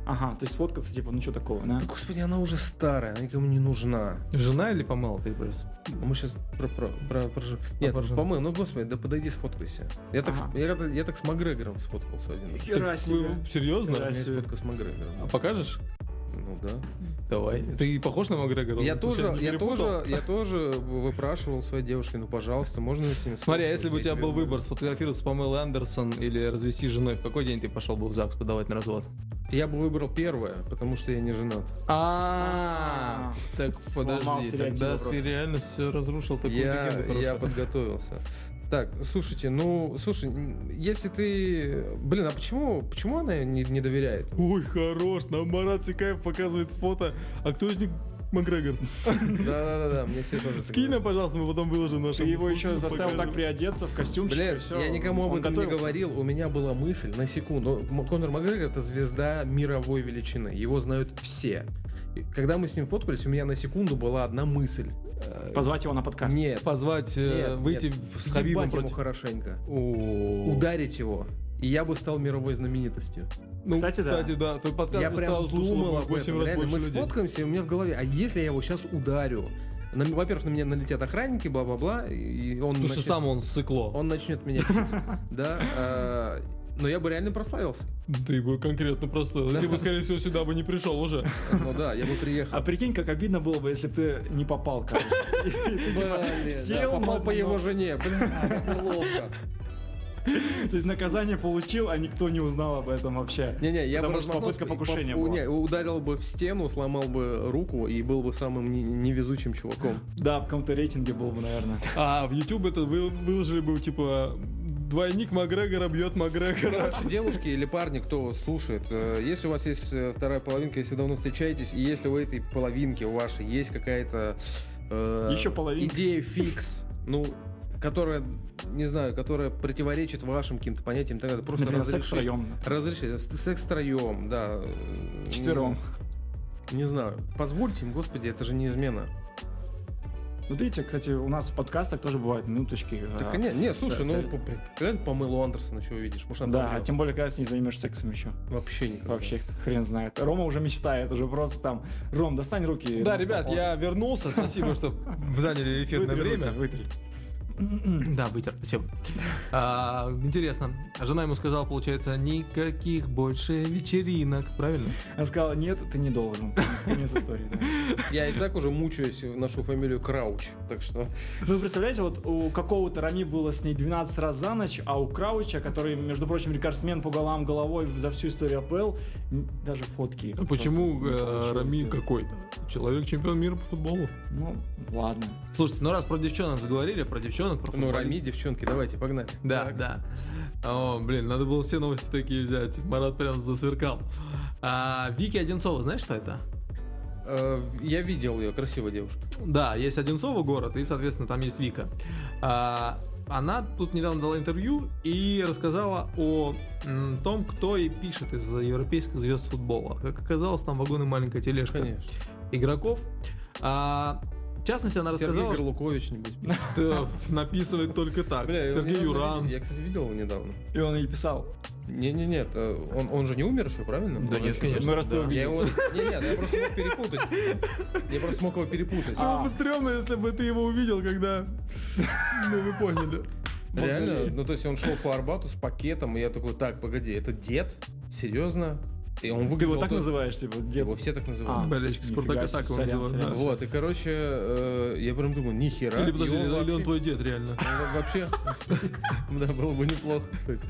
Speaker 1: Ага, то есть фоткаться, типа, ну что такого, да?
Speaker 3: господи, она уже старая, она никому не нужна.
Speaker 2: Жена или помыла ты просто?
Speaker 3: Мы сейчас про... про, про, про ж- Нет,
Speaker 2: про жен.
Speaker 3: помыл, ну господи, да подойди сфоткайся. Я так, с-
Speaker 1: Ага.
Speaker 3: я, я так с Макгрегором сфоткался один. раз.
Speaker 1: Хера себе.
Speaker 2: Ты ну, Серьезно?
Speaker 1: Хера
Speaker 3: У меня есть
Speaker 1: себе.
Speaker 3: фотка с Макгрегором.
Speaker 2: А покажешь?
Speaker 3: Ну да.
Speaker 2: Давай. Ты похож на Макгрегора?
Speaker 3: Я
Speaker 2: Он случайно
Speaker 3: тоже,
Speaker 2: не
Speaker 3: я
Speaker 2: перепутал?
Speaker 3: тоже, я тоже выпрашивал своей девушке, ну пожалуйста, можно с ним
Speaker 2: Смотри, а если бы у тебя
Speaker 3: сфоткаться? Я
Speaker 2: был
Speaker 3: тебе
Speaker 2: выбор сфотографироваться с Памелой Андерсон или развести с женой, в какой день ты пошел бы в ЗАГС подавать на развод?
Speaker 3: говорю. Я бы выбрал первое, потому что я не женат.
Speaker 2: А,
Speaker 1: А,
Speaker 2: так
Speaker 1: сломал
Speaker 2: подожди,
Speaker 1: стереотипы
Speaker 2: тогда
Speaker 1: просто.
Speaker 2: ты реально все разрушил такую
Speaker 3: я,
Speaker 2: легенду хорошую.
Speaker 3: я подготовился. Так, слушайте, ну, слушай, м, если ты... Блин, а почему, почему она не, не доверяет? ему?
Speaker 2: Ой, хорош, нам Марат Сикаев показывает фото. А кто из них Макгрегор?
Speaker 3: Да-да-да, мне все тоже... так
Speaker 2: Скинь нам,
Speaker 3: говорят.
Speaker 2: пожалуйста, мы потом выложим наш.
Speaker 1: Ты его еще заставил так приодеться в костюмчик,
Speaker 3: Блин,
Speaker 1: и все.
Speaker 3: я никому об
Speaker 1: он
Speaker 3: этом не
Speaker 1: готовился.
Speaker 3: говорил, у меня была мысль на секунду. Ну, М- Конор Макгрегор это звезда мировой величины, его знают все. И Когда мы с ним фоткались, у меня на секунду была одна мысль. Э,
Speaker 1: Позвать его на подкаст.
Speaker 3: Нет,
Speaker 2: Позвать, э,
Speaker 3: Нет,
Speaker 2: выйти
Speaker 3: нет.
Speaker 2: с Хабибом
Speaker 3: ебать ему
Speaker 2: против...
Speaker 3: хорошенько.
Speaker 2: О.
Speaker 3: Ударить его, и я бы стал мировой знаменитостью.
Speaker 2: Ну,
Speaker 1: Кстати, да.
Speaker 2: Кстати, да. Твой подкаст
Speaker 3: Я
Speaker 2: бы
Speaker 3: прям
Speaker 2: стало слушало
Speaker 3: думал
Speaker 2: бы
Speaker 3: об
Speaker 2: 8
Speaker 3: этом.
Speaker 2: раз
Speaker 3: Реально,
Speaker 2: больше
Speaker 3: мы
Speaker 2: людей.
Speaker 3: сфоткаемся, и у меня в голове, а если я его сейчас ударю? На м- Во-первых, на меня налетят охранники, бла-бла-бла, и он,
Speaker 2: Потому что
Speaker 3: начнет-
Speaker 2: сам он сыкло.
Speaker 3: он начнет меня бить. Да, э, но я бы реально прославился.
Speaker 2: Ты бы конкретно просто... Ты бы, скорее всего, сюда бы не пришел уже.
Speaker 3: Ну да, я бы приехал.
Speaker 1: А прикинь, как обидно было бы, если бы ты не попал, короче. И ты, типа,
Speaker 3: Блин, да,
Speaker 1: сел,
Speaker 3: попал
Speaker 1: но-
Speaker 3: по его
Speaker 1: но-
Speaker 3: жене. Бля, как неловко.
Speaker 1: То есть наказание получил, а никто не узнал об этом вообще.
Speaker 3: Не-не, я бы
Speaker 1: Потому что
Speaker 3: размахнулся
Speaker 1: попытка
Speaker 3: и поп-
Speaker 1: покушения
Speaker 3: у-
Speaker 1: была.
Speaker 3: не, ударил бы в стену, сломал бы руку и был бы самым не- невезучим чуваком.
Speaker 1: Да, в каком-то рейтинге был бы, наверное.
Speaker 2: А в YouTube это вы- выложили бы, типа, двойник Макгрегора бьет Макгрегора.
Speaker 3: Короче, девушки или парни, кто слушает, э, если у вас есть э, вторая половинка, если вы давно встречаетесь, и если у этой половинки у вашей есть какая-то э,
Speaker 1: Еще половинка.
Speaker 3: идея фикс, ну, которая, не знаю, которая противоречит вашим каким-то понятиям, тогда просто
Speaker 1: Например, секс
Speaker 3: разрешите.
Speaker 1: втроем.
Speaker 3: Разрешите. С- Секс втроем, да. э,
Speaker 1: Четвером.
Speaker 3: Не, не знаю. Позвольте им, господи, это же не измена.
Speaker 1: Ну, Вот видите, кстати, у нас в подкастах тоже бывают минуточки.
Speaker 3: Так,
Speaker 1: а,
Speaker 3: не, не, слушай, ну,
Speaker 1: секс.
Speaker 3: по- при- реально помылу Андерсона еще увидишь. Может, она
Speaker 1: Да,
Speaker 3: помыла?
Speaker 1: а тем более, когда с ней займешь сексом еще.
Speaker 3: Вообще никогда.
Speaker 1: Вообще хрен знает. Рома уже мечтает, уже просто там. Ром,
Speaker 2: ну,
Speaker 1: достань руки.
Speaker 2: Да, ребят, я вернулся. Спасибо, что заняли эфирное
Speaker 1: Вытри руки,
Speaker 2: время.
Speaker 1: вытри.
Speaker 2: Да, вытер, спасибо. А, интересно, жена ему сказала, получается, никаких больше вечеринок, правильно?
Speaker 1: Она сказала, нет, ты не должен. Конец истории. да.
Speaker 3: Я и так уже мучаюсь нашу фамилию Крауч, так что...
Speaker 1: Ну, вы представляете, вот у какого-то Рами было с ней 12 раз за ночь, а у Крауча, который, между прочим, рекордсмен по голам головой за всю историю АПЛ, н- даже фотки.
Speaker 2: А Почему
Speaker 1: просто не
Speaker 2: э,
Speaker 1: получилось
Speaker 2: Рами
Speaker 1: сделать.
Speaker 2: какой-то? Человек чемпион мира по футболу.
Speaker 1: Ну, ладно.
Speaker 2: Слушайте, ну раз про девчонок заговорили, про девчонок, про
Speaker 3: Ну,
Speaker 2: футболистов.
Speaker 3: Рами, девчонки, давайте, погнали.
Speaker 2: Да,
Speaker 3: Так.
Speaker 2: да. О, блин, надо было все новости такие взять. Марат прям засверкал. А, Вики Одинцова, знаешь, что это?
Speaker 3: Э, Я видел ее, красивая девушка.
Speaker 2: Да, есть Одинцова город, и, соответственно, там есть Вика. А, она тут недавно дала интервью и рассказала о м, том, кто ей пишет из европейских звезд футбола. Как оказалось, там вагон и маленькая тележка
Speaker 3: Конечно.
Speaker 2: игроков. А, в частности, она
Speaker 3: Сергей
Speaker 2: рассказала,
Speaker 3: Горлукович-нибудь.
Speaker 2: что написывает только так.
Speaker 3: Бля, я его
Speaker 2: Сергей
Speaker 3: недавно
Speaker 2: Юран.
Speaker 3: видел. Я, кстати, видел его недавно.
Speaker 1: И он ей писал.
Speaker 3: Не-не-не, нет, э, он, он же не умер еще, правильно?
Speaker 2: Да
Speaker 3: Он
Speaker 2: нет,
Speaker 3: еще
Speaker 2: конечно.
Speaker 1: Ну, раз ты
Speaker 2: да.
Speaker 1: его
Speaker 3: жив. Я его... Не, нет, я просто мог перепутать. Я просто смог его перепутать.
Speaker 1: А,
Speaker 2: Было бы стрёмно, если бы ты его увидел, когда... Ну, вы поняли.
Speaker 3: Реально? Ну, то есть он шел по Арбату с пакетом, и я такой, так, погоди, это дед? Серьезно? И он
Speaker 1: Ты
Speaker 3: выглядел...
Speaker 1: его так
Speaker 3: то-
Speaker 1: называешь, типа, дед?
Speaker 3: Его все так
Speaker 1: А,
Speaker 3: называют.
Speaker 2: Болельщик
Speaker 1: нифига
Speaker 2: Спартака
Speaker 1: себе,
Speaker 2: так его
Speaker 1: сорян,
Speaker 2: называют,
Speaker 1: сорян.
Speaker 2: да.
Speaker 3: Вот, и, короче, э, я прям думаю, нихера.
Speaker 2: Или
Speaker 3: и
Speaker 2: подожди,
Speaker 3: он
Speaker 2: или он
Speaker 3: вообще-
Speaker 2: твой дед, реально.
Speaker 3: он во- Вообще, да, было бы неплохо, кстати.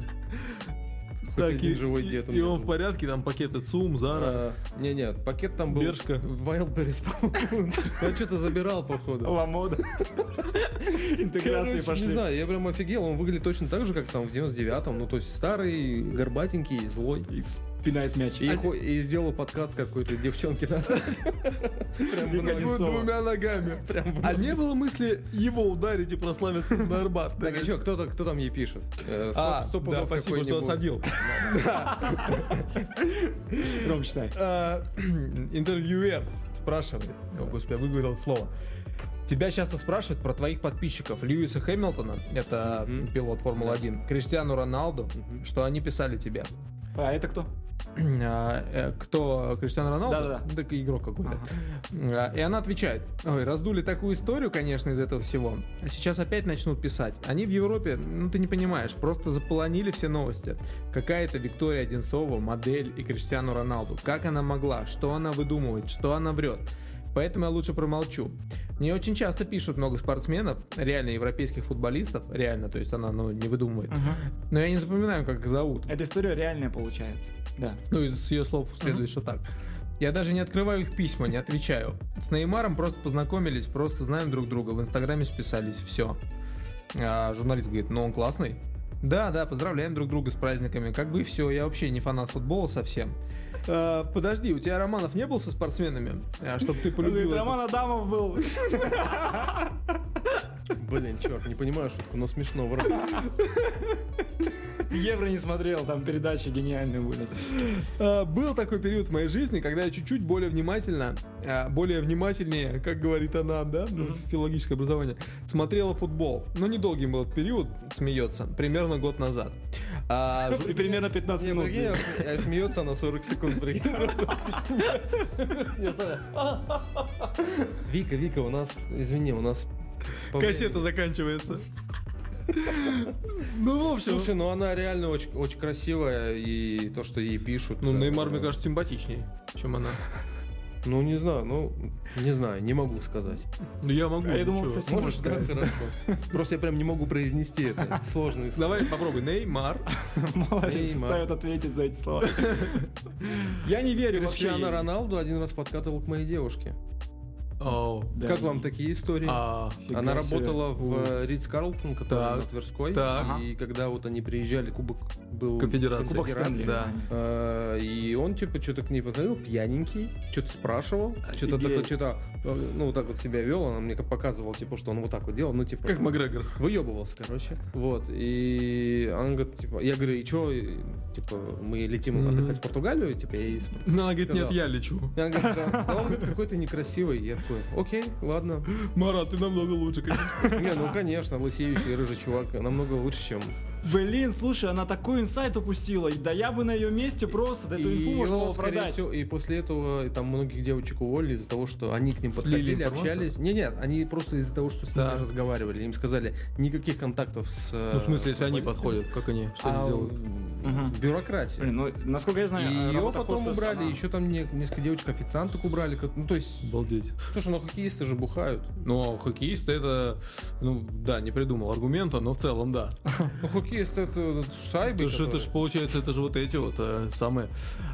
Speaker 3: Хоть
Speaker 2: Так, и-
Speaker 3: один живой
Speaker 2: и-
Speaker 3: дед у
Speaker 2: И
Speaker 3: меня
Speaker 2: он
Speaker 3: был.
Speaker 2: в порядке, там пакеты ЦУМ, Зара.
Speaker 3: А, Не-не, пакет там был.
Speaker 2: Бершка.
Speaker 3: Wildberries, по-моему. Он что-то забирал, походу.
Speaker 1: Ламода. Интеграции
Speaker 3: Короче, не
Speaker 1: пошли.
Speaker 3: знаю, я прям офигел. Он выглядит точно так же, как там в 99-м. Ну, то есть старый, горбатенький, злой.
Speaker 1: И спинает мяч.
Speaker 2: А
Speaker 3: И, хо- и сделал подкат какой-то девчонке. да. Прям в
Speaker 1: Вика
Speaker 3: ноги.
Speaker 1: Одинцова.
Speaker 2: ногами.
Speaker 3: Прям в
Speaker 2: А
Speaker 3: ноги.
Speaker 2: не было мысли его ударить и прославиться на Арбат?
Speaker 3: Так, а чё, кто, кто там ей пишет? Э, сто-
Speaker 2: А,
Speaker 3: сто
Speaker 2: да,
Speaker 3: пудов
Speaker 2: спасибо, что
Speaker 3: какой-нибудь.
Speaker 2: осадил.
Speaker 1: Ром, читай.
Speaker 2: А, интервьюер спрашивает, о господи, я выговорил это слово. Тебя часто спрашивают про твоих подписчиков Льюиса Хэмилтона, это
Speaker 3: Мгм.
Speaker 2: пилот Формулы-1, Криштиану Роналду,
Speaker 3: Мгм.
Speaker 2: что они писали тебе.
Speaker 1: А это кто?
Speaker 2: А, э, Кто Криштиану Роналду?
Speaker 1: Да-да-да.
Speaker 2: Так игрок какой-то.
Speaker 1: Ага.
Speaker 2: А, И она отвечает, ой, раздули такую историю, конечно, из этого всего. А сейчас опять начнут писать. Они в Европе, ну ты не понимаешь, просто заполонили все новости. Какая-то Виктория Одинцова, модель и Криштиану Роналду. Как она могла? Что она выдумывает? Что она врет? Поэтому я лучше промолчу. Мне очень часто пишут много спортсменов, реально европейских футболистов, реально, то есть она ну, не выдумывает.
Speaker 1: Ага.
Speaker 2: Но я не запоминаю, как их зовут.
Speaker 1: Эта история реальная получается. Да.
Speaker 2: Ну, из ее слов следует, что так. Я даже не открываю их письма, не отвечаю. С Неймаром просто познакомились, просто знаем друг друга, в Инстаграме списались, все. журналист говорит, ну он классный. Да, да, поздравляем друг друга с праздниками. Как бы все, я вообще не фанат футбола совсем. А, подожди, у тебя романов не было со спортсменами? А, чтоб ты полюбил
Speaker 1: Блин,
Speaker 2: это?
Speaker 1: Роман Адамов был.
Speaker 3: Блин, черт, не понимаю шутку, но смешно. вроде.
Speaker 1: Евро не смотрел, там передачи гениальные были.
Speaker 2: А, был такой период в моей жизни, когда я чуть-чуть более внимательно, а, более внимательнее, как говорит она, да, ну,
Speaker 1: Мгм.
Speaker 2: филологическое образование, смотрела футбол. Но недолгим был период, смеется, примерно год назад. А, ж-
Speaker 1: И примерно 15
Speaker 3: Не,
Speaker 1: минут.
Speaker 3: прикинь,
Speaker 1: блин.
Speaker 3: а- а смеется она 40 секунд, прикинь, просто. Я знаю. Вика, Вика, у нас, извини, у нас... по
Speaker 2: Кассета
Speaker 3: времени-
Speaker 2: заканчивается. Ну, в общем.
Speaker 3: Слушай, ну она реально очень, очень красивая, и то, что ей пишут...
Speaker 2: Ну,
Speaker 3: э,
Speaker 2: Неймар, мне кажется, симпатичнее, чем она.
Speaker 3: Ну, не знаю, ну, не знаю, не могу сказать.
Speaker 2: Ну, я могу.
Speaker 1: А я
Speaker 2: ну,
Speaker 1: думал,
Speaker 2: чё.
Speaker 1: кстати,
Speaker 3: Можешь, да, хорошо. Просто я прям не могу произнести это. Сложный
Speaker 2: Давай попробуй, Неймар.
Speaker 1: Молодец,
Speaker 3: Неймар.
Speaker 1: ставят ответить за эти слова. Я не верю вообще.
Speaker 3: Криштиану
Speaker 1: ей.
Speaker 3: Роналду один раз подкатывал к моей девушке.
Speaker 2: Оу.
Speaker 1: Да.
Speaker 3: Как вам такие истории?
Speaker 2: А,
Speaker 1: Фига
Speaker 3: Она
Speaker 1: себе.
Speaker 3: работала в э, Ридс Карлтон, который
Speaker 2: Так.
Speaker 3: на Тверской.
Speaker 2: Так.
Speaker 3: И когда вот они приезжали, кубок был...
Speaker 2: Конфедерация.
Speaker 1: Кубок Стэнли.
Speaker 2: Да.
Speaker 3: Э, И он типа что-то к ней подходил, пьяненький, что-то спрашивал, что-то
Speaker 1: Офигеть.
Speaker 3: так вот, что-то, ну вот так вот себя вел, она мне как показывала, типа, что он вот так вот делал, ну типа...
Speaker 2: Как Макгрегор.
Speaker 3: Выебывался, короче. Вот. И она говорит, типа, я говорю, и чё, и, типа, мы летим
Speaker 2: Мгм.
Speaker 3: отдыхать в Португалию, типа, я ей спр-
Speaker 2: Ну, она говорит, нет,
Speaker 3: Сказал.
Speaker 2: я лечу.
Speaker 3: И она говорит, да. А он говорит, какой ты некрасивый. Я такой, окей, ладно.
Speaker 2: Марат, ты намного лучше, конечно.
Speaker 3: Не, ну конечно, лысеющий рыжий чувак намного лучше, чем
Speaker 1: Блин, слушай, она такой инсайт упустила. И Да я бы на ее месте просто да эту инфу
Speaker 3: И
Speaker 1: можно
Speaker 3: его,
Speaker 1: было
Speaker 3: скорее
Speaker 1: продать.
Speaker 3: всего, и после этого и там многих девочек уволили из-за того, что они к ним
Speaker 2: Слили
Speaker 3: подходили,
Speaker 2: информацию?
Speaker 3: общались. Не, нет, они просто из-за того, что с ними
Speaker 2: Да.
Speaker 3: разговаривали, им сказали никаких контактов с.
Speaker 2: Ну, в смысле, если они
Speaker 3: подходят.
Speaker 2: подходят, как они, что
Speaker 3: А,
Speaker 2: они делают?
Speaker 3: м,
Speaker 1: Мгм.
Speaker 3: Бюрократия.
Speaker 1: Блин, ну, насколько я знаю,
Speaker 3: и
Speaker 1: э,
Speaker 3: ее
Speaker 1: работа
Speaker 3: потом
Speaker 1: хостес,
Speaker 3: убрали,
Speaker 1: она-
Speaker 3: еще там не- несколько девочек официанток убрали. как- Ну, то есть,
Speaker 2: Обалдеть.
Speaker 3: слушай, ну хоккеисты же бухают.
Speaker 2: Ну, а хоккеисты это, ну, да, не придумал аргумента, но в целом, да.
Speaker 3: Ну, хоккеисты это шайбы.
Speaker 2: Это же, это ж, получается, это же вот эти вот э, самые.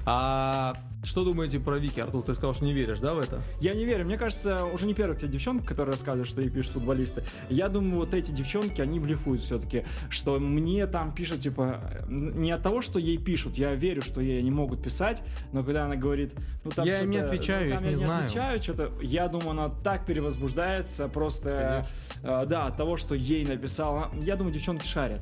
Speaker 2: А что думаете про Вики, Артур? Ты сказал, что не веришь, да, в это?
Speaker 1: Я не верю. Мне кажется, уже не первая, кстати, девчонка, которая рассказывает, что ей пишут футболисты. Я думаю, вот эти девчонки, они блефуют все-таки. Что мне там пишут, типа, э, не от того, что ей пишут. Я верю, что ей они могут писать, но когда она говорит, ну там
Speaker 2: Я им не
Speaker 1: что-то-
Speaker 2: отвечаю,
Speaker 1: ну,
Speaker 2: я
Speaker 1: там
Speaker 2: их не
Speaker 1: я
Speaker 2: знаю.
Speaker 1: не отвечаю, что-то. Я думаю, она так перевозбуждается просто, э, да, от того, что ей написала. Я думаю, девчонки шарят.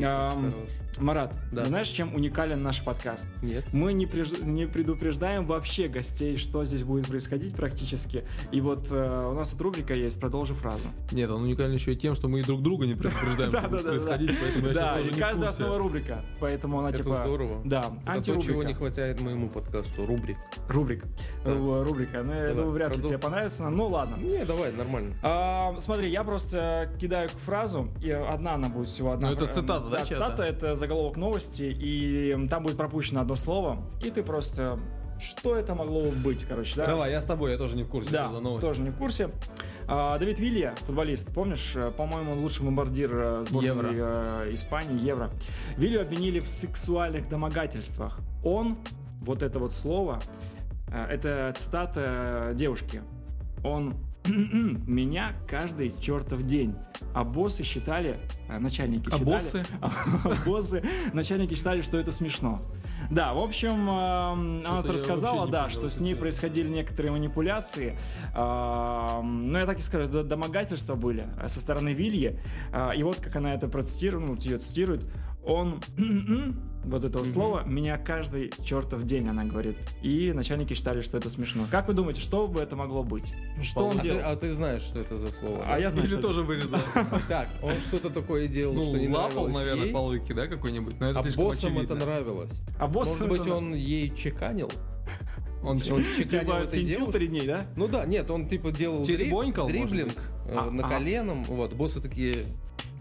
Speaker 1: Эм, Марат,
Speaker 3: Да.
Speaker 1: знаешь, чем уникален наш подкаст?
Speaker 3: Нет.
Speaker 1: Мы не, преж- не предупреждаем вообще гостей, что здесь будет происходить практически. И вот э, у нас тут рубрика есть, продолжи фразу.
Speaker 2: Нет, он уникален еще и тем, что мы и друг друга не предупреждаем, что будет происходить, поэтому я
Speaker 1: Да,
Speaker 2: сейчас
Speaker 1: и
Speaker 2: тоже не в
Speaker 1: каждая
Speaker 2: курсе.
Speaker 1: основа рубрика. Поэтому она
Speaker 3: Это
Speaker 1: типа...
Speaker 3: здорово.
Speaker 1: Да,
Speaker 3: Это то, чего не
Speaker 1: антирубрика.
Speaker 3: хватает моему подкасту, рубрик.
Speaker 1: Рубрик.
Speaker 3: Да.
Speaker 1: Э, Рубрика. Ну, я
Speaker 3: Давай,
Speaker 1: думаю, вряд ли
Speaker 3: продолжим.
Speaker 1: тебе понравится. Ну, ладно.
Speaker 3: Не, давай, нормально.
Speaker 1: А, Смотри, я просто кидаю фразу, и одна она будет всего одна.
Speaker 2: Ну, это
Speaker 1: Э,
Speaker 2: цитата, да, чья-то?
Speaker 1: цитата, это заголовок новости, и там будет пропущено одно слово, и ты просто... Что это могло быть, короче, да?
Speaker 2: Давай, я с тобой, я тоже не в курсе.
Speaker 1: Да,
Speaker 2: что за новость.
Speaker 1: тоже не в курсе. А, Давид Вилья, футболист, помнишь, э, по-моему, он лучший бомбардир э, сборной
Speaker 2: Евро.
Speaker 1: э, Испании, Евро. Вилью обвинили в сексуальных домогательствах. Он, вот это вот слово, э, это цитата э, девушки. Он меня каждый чертов день. А боссы считали, э, начальники
Speaker 2: А
Speaker 1: считали...
Speaker 2: боссы?
Speaker 1: боссы, начальники считали, что это смешно. Да, в общем, эм,
Speaker 2: Что-то
Speaker 1: она тут
Speaker 2: я
Speaker 1: рассказала,
Speaker 2: вообще не
Speaker 1: да,
Speaker 2: понял,
Speaker 1: что с
Speaker 2: если
Speaker 1: ней
Speaker 2: честно.
Speaker 1: происходили некоторые манипуляции. Ам, Ну, я так и скажу, д- домогательства были э, со стороны Вильи. А, И вот как она это процитирует, ну, ее цитирует, он вот этого
Speaker 3: Мгм.
Speaker 1: слова меня каждый чертов день, она говорит. И начальники считали, что это смешно. Как вы думаете, что бы это могло быть? Что он
Speaker 3: а, ты,
Speaker 1: делал?
Speaker 3: а ты знаешь, что это за слово?
Speaker 1: А я знаю,
Speaker 2: Или
Speaker 1: что-
Speaker 2: тоже вырезал.
Speaker 3: да? Так, он что-то такое делал,
Speaker 2: Ну,
Speaker 3: что не
Speaker 2: лапал,
Speaker 3: нравилось
Speaker 2: наверное,
Speaker 3: ей,
Speaker 2: по логике, да, какой-нибудь? Но это
Speaker 3: а
Speaker 2: слишком
Speaker 3: боссам это
Speaker 2: очевидно.
Speaker 3: нравилось.
Speaker 1: А босс...
Speaker 3: Может быть, он ей чеканил?
Speaker 2: Он
Speaker 3: Он чеканил
Speaker 1: Типа
Speaker 3: этой
Speaker 1: финтил
Speaker 3: девушке?
Speaker 1: три дней, да?
Speaker 3: Ну да, нет, он типа делал дриб-
Speaker 2: Теребонькал, может
Speaker 3: дриблинг
Speaker 2: быть?
Speaker 3: э,
Speaker 1: А,
Speaker 3: на
Speaker 1: ага.
Speaker 3: коленом. Вот, боссы такие.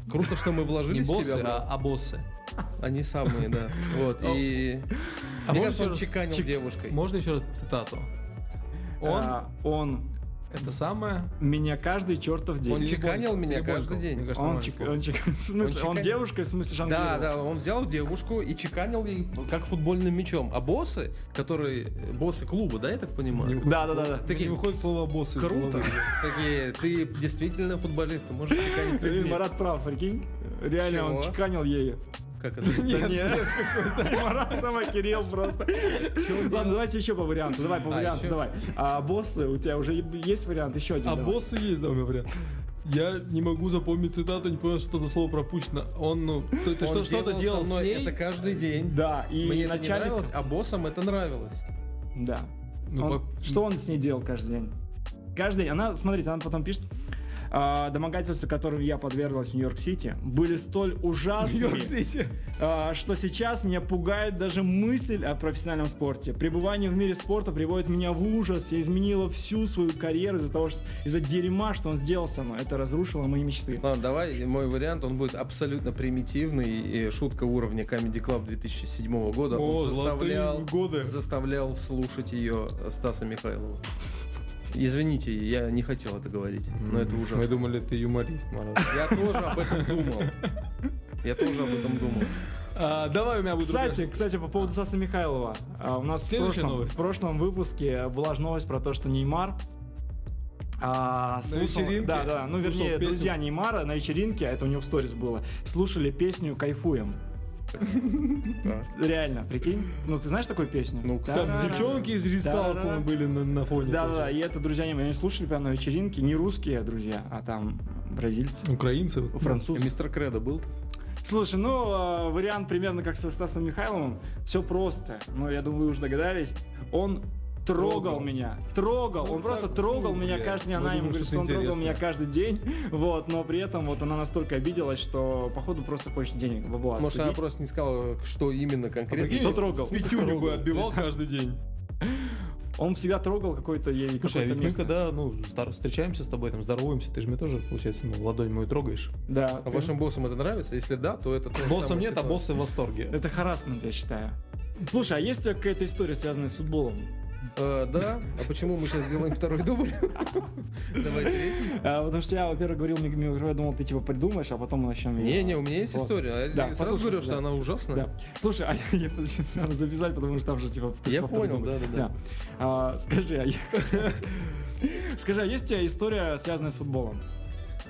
Speaker 3: Круто, что мы вложили
Speaker 2: не
Speaker 3: в
Speaker 2: боссы,
Speaker 3: себя.
Speaker 2: а, а боссы.
Speaker 3: но Они самые, да. Вот. И.
Speaker 2: А
Speaker 3: Мне
Speaker 2: можно
Speaker 3: кажется,
Speaker 2: еще
Speaker 3: он
Speaker 2: раз-
Speaker 3: чеканил
Speaker 2: чек-
Speaker 3: девушкой.
Speaker 2: Можно еще раз цитату? Он
Speaker 1: А, он
Speaker 2: это самое.
Speaker 1: меня каждый чертов день.
Speaker 3: Он чеканил
Speaker 2: Теребонькал,
Speaker 3: меня
Speaker 2: теребонькал.
Speaker 3: каждый день.
Speaker 2: Мне кажется,
Speaker 1: Он,
Speaker 2: нормальное
Speaker 1: чек-
Speaker 2: слово.
Speaker 1: он чек- в смысле,
Speaker 3: Он
Speaker 1: он
Speaker 3: чеканил.
Speaker 1: девушка, в смысле
Speaker 3: Да,
Speaker 1: жонглировал.
Speaker 3: да, он взял девушку и чеканил ей как футбольным мячом. А боссы, которые боссы клуба, да, я так понимаю?
Speaker 1: Да, да, да, да.
Speaker 2: Такие выходит слово боссы. из
Speaker 3: Круто.
Speaker 2: головы.
Speaker 3: Такие, ты действительно футболист, ты можешь чеканить
Speaker 1: Блин,
Speaker 3: людьми.
Speaker 1: Марат прав, прикинь. Реально он
Speaker 3: Чего?
Speaker 1: чеканил ею.
Speaker 3: Как это?
Speaker 1: Да нет. И Марат сама Кирилл просто. Ладно, давайте еще по варианту. Давай, по
Speaker 3: А,
Speaker 1: варианту,
Speaker 3: еще?
Speaker 1: давай. А боссы, у тебя уже есть вариант еще один?
Speaker 2: А
Speaker 1: давай.
Speaker 2: боссы есть, да, у меня вариант. Я не могу запомнить цитату, не понимаю, что там слово пропущено. Он, ну, то- то
Speaker 3: Он
Speaker 2: что- что-то делал
Speaker 3: со
Speaker 2: с
Speaker 3: мной
Speaker 2: ней.
Speaker 3: это каждый день.
Speaker 1: Да,
Speaker 3: Мне
Speaker 1: и
Speaker 3: это не
Speaker 1: начальник...
Speaker 3: нравилось, а боссам это нравилось.
Speaker 1: Да.
Speaker 2: Ну,
Speaker 1: Он-
Speaker 2: по-
Speaker 1: Что он с ней делал каждый день? Каждый день. Она, смотрите, она потом пишет. «А, Домогательства, которым я подверглась в Нью-Йорк-Сити, были столь ужасными,
Speaker 2: Нью-Йорк-Сити.
Speaker 1: А, что сейчас меня пугает даже мысль о профессиональном спорте. Пребывание в мире спорта приводит меня в ужас. Я изменила всю свою карьеру из-за того, что из-за дерьма, что он сделал со мной. Это разрушило мои мечты.
Speaker 3: Ладно, давай, мой вариант, он будет абсолютно примитивный, и шутка уровня Comedy Club 2007 года.
Speaker 2: О,
Speaker 3: он заставлял,
Speaker 2: золотые годы.
Speaker 3: заставлял слушать ее Стаса Михайлова. Извините, я не хотел это говорить, но Ну, это
Speaker 2: М,
Speaker 3: ужасно.
Speaker 2: Мы думали, ты юморист, Марат.
Speaker 3: Я тоже об этом думал. Я тоже об этом думал.
Speaker 2: А, Давай у меня будет...
Speaker 1: Кстати, кстати, по поводу Саса Михайлова. А, у нас в
Speaker 2: Следующая
Speaker 1: прошлом,
Speaker 2: новость.
Speaker 1: в прошлом выпуске была же новость про то, что Неймар а, слушал,
Speaker 2: вечеринке
Speaker 1: да, да, ну
Speaker 2: слушал
Speaker 1: вернее,
Speaker 2: песню.
Speaker 1: друзья Неймара на вечеринке, а это у него в сторис было, слушали песню «Кайфуем». Реально, прикинь. Ну, ты знаешь такую песню?
Speaker 3: Ну,
Speaker 2: Там
Speaker 1: Та-ра-ра.
Speaker 2: девчонки из Рискалкона
Speaker 1: Да-да-да.
Speaker 2: были на, на фоне.
Speaker 1: Да, да, да, и это друзья не мои. они слушали прям на вечеринке, не русские друзья, а там бразильцы,
Speaker 2: Украинцы.
Speaker 1: французы.
Speaker 3: Мистер Кредо был?
Speaker 1: Слушай, ну э, Ну, вариант примерно как со Стасом Михайловым, все просто, но я думаю, вы уже догадались. Он трогал
Speaker 3: Трогал.
Speaker 1: меня, трогал,
Speaker 3: Ну,
Speaker 1: он просто
Speaker 3: так,
Speaker 1: трогал
Speaker 3: ну,
Speaker 1: меня
Speaker 3: блядь,
Speaker 1: каждый день,
Speaker 3: мы
Speaker 1: она ему
Speaker 3: думаем,
Speaker 1: говорит,
Speaker 3: что
Speaker 1: что он
Speaker 3: это
Speaker 1: трогал меня
Speaker 3: интересно.
Speaker 1: каждый день, вот, но при этом вот она настолько обиделась, что походу просто хочет денег, бабла
Speaker 3: Может, она
Speaker 1: отсудить.
Speaker 3: просто не сказала, что именно конкретно.
Speaker 1: А Что трогал?
Speaker 2: Пятюню бы отбивал каждый день.
Speaker 1: Он всегда трогал какой-то ей
Speaker 2: Слушай, а
Speaker 1: какое-то
Speaker 2: ведь мы
Speaker 1: место.
Speaker 2: когда ну, стар- встречаемся с тобой, там здороваемся, ты же мне тоже, получается, ну, ладонь мою трогаешь.
Speaker 1: Да.
Speaker 3: А вашим боссам это нравится? Если да, то типа, это... тоже
Speaker 2: Боссом
Speaker 3: самая
Speaker 2: нет, а
Speaker 3: ситуация.
Speaker 2: боссы в восторге.
Speaker 1: Это харасмент, я считаю. Слушай, а есть у тебя какая-то история, связанная с футболом?
Speaker 3: Э, да, а почему мы сейчас делаем второй дубль? Давай третий.
Speaker 1: А, потому что я, во-первых, говорил, мне- мне- я думал, ты типа придумаешь, а потом начнем...
Speaker 3: Не, не, у меня есть
Speaker 1: Вот.
Speaker 3: история.
Speaker 1: Да,
Speaker 3: Я сразу
Speaker 1: послушай,
Speaker 3: говорю, что
Speaker 1: да.
Speaker 3: она ужасная.
Speaker 1: Да. Слушай, а я, я подожди, надо записать, потому что там же типа... ты
Speaker 3: Я
Speaker 1: сказал,
Speaker 3: понял,
Speaker 1: придумай.
Speaker 3: да-да-да.
Speaker 1: А, скажи, а я- скажи, а есть у тебя история, связанная с футболом?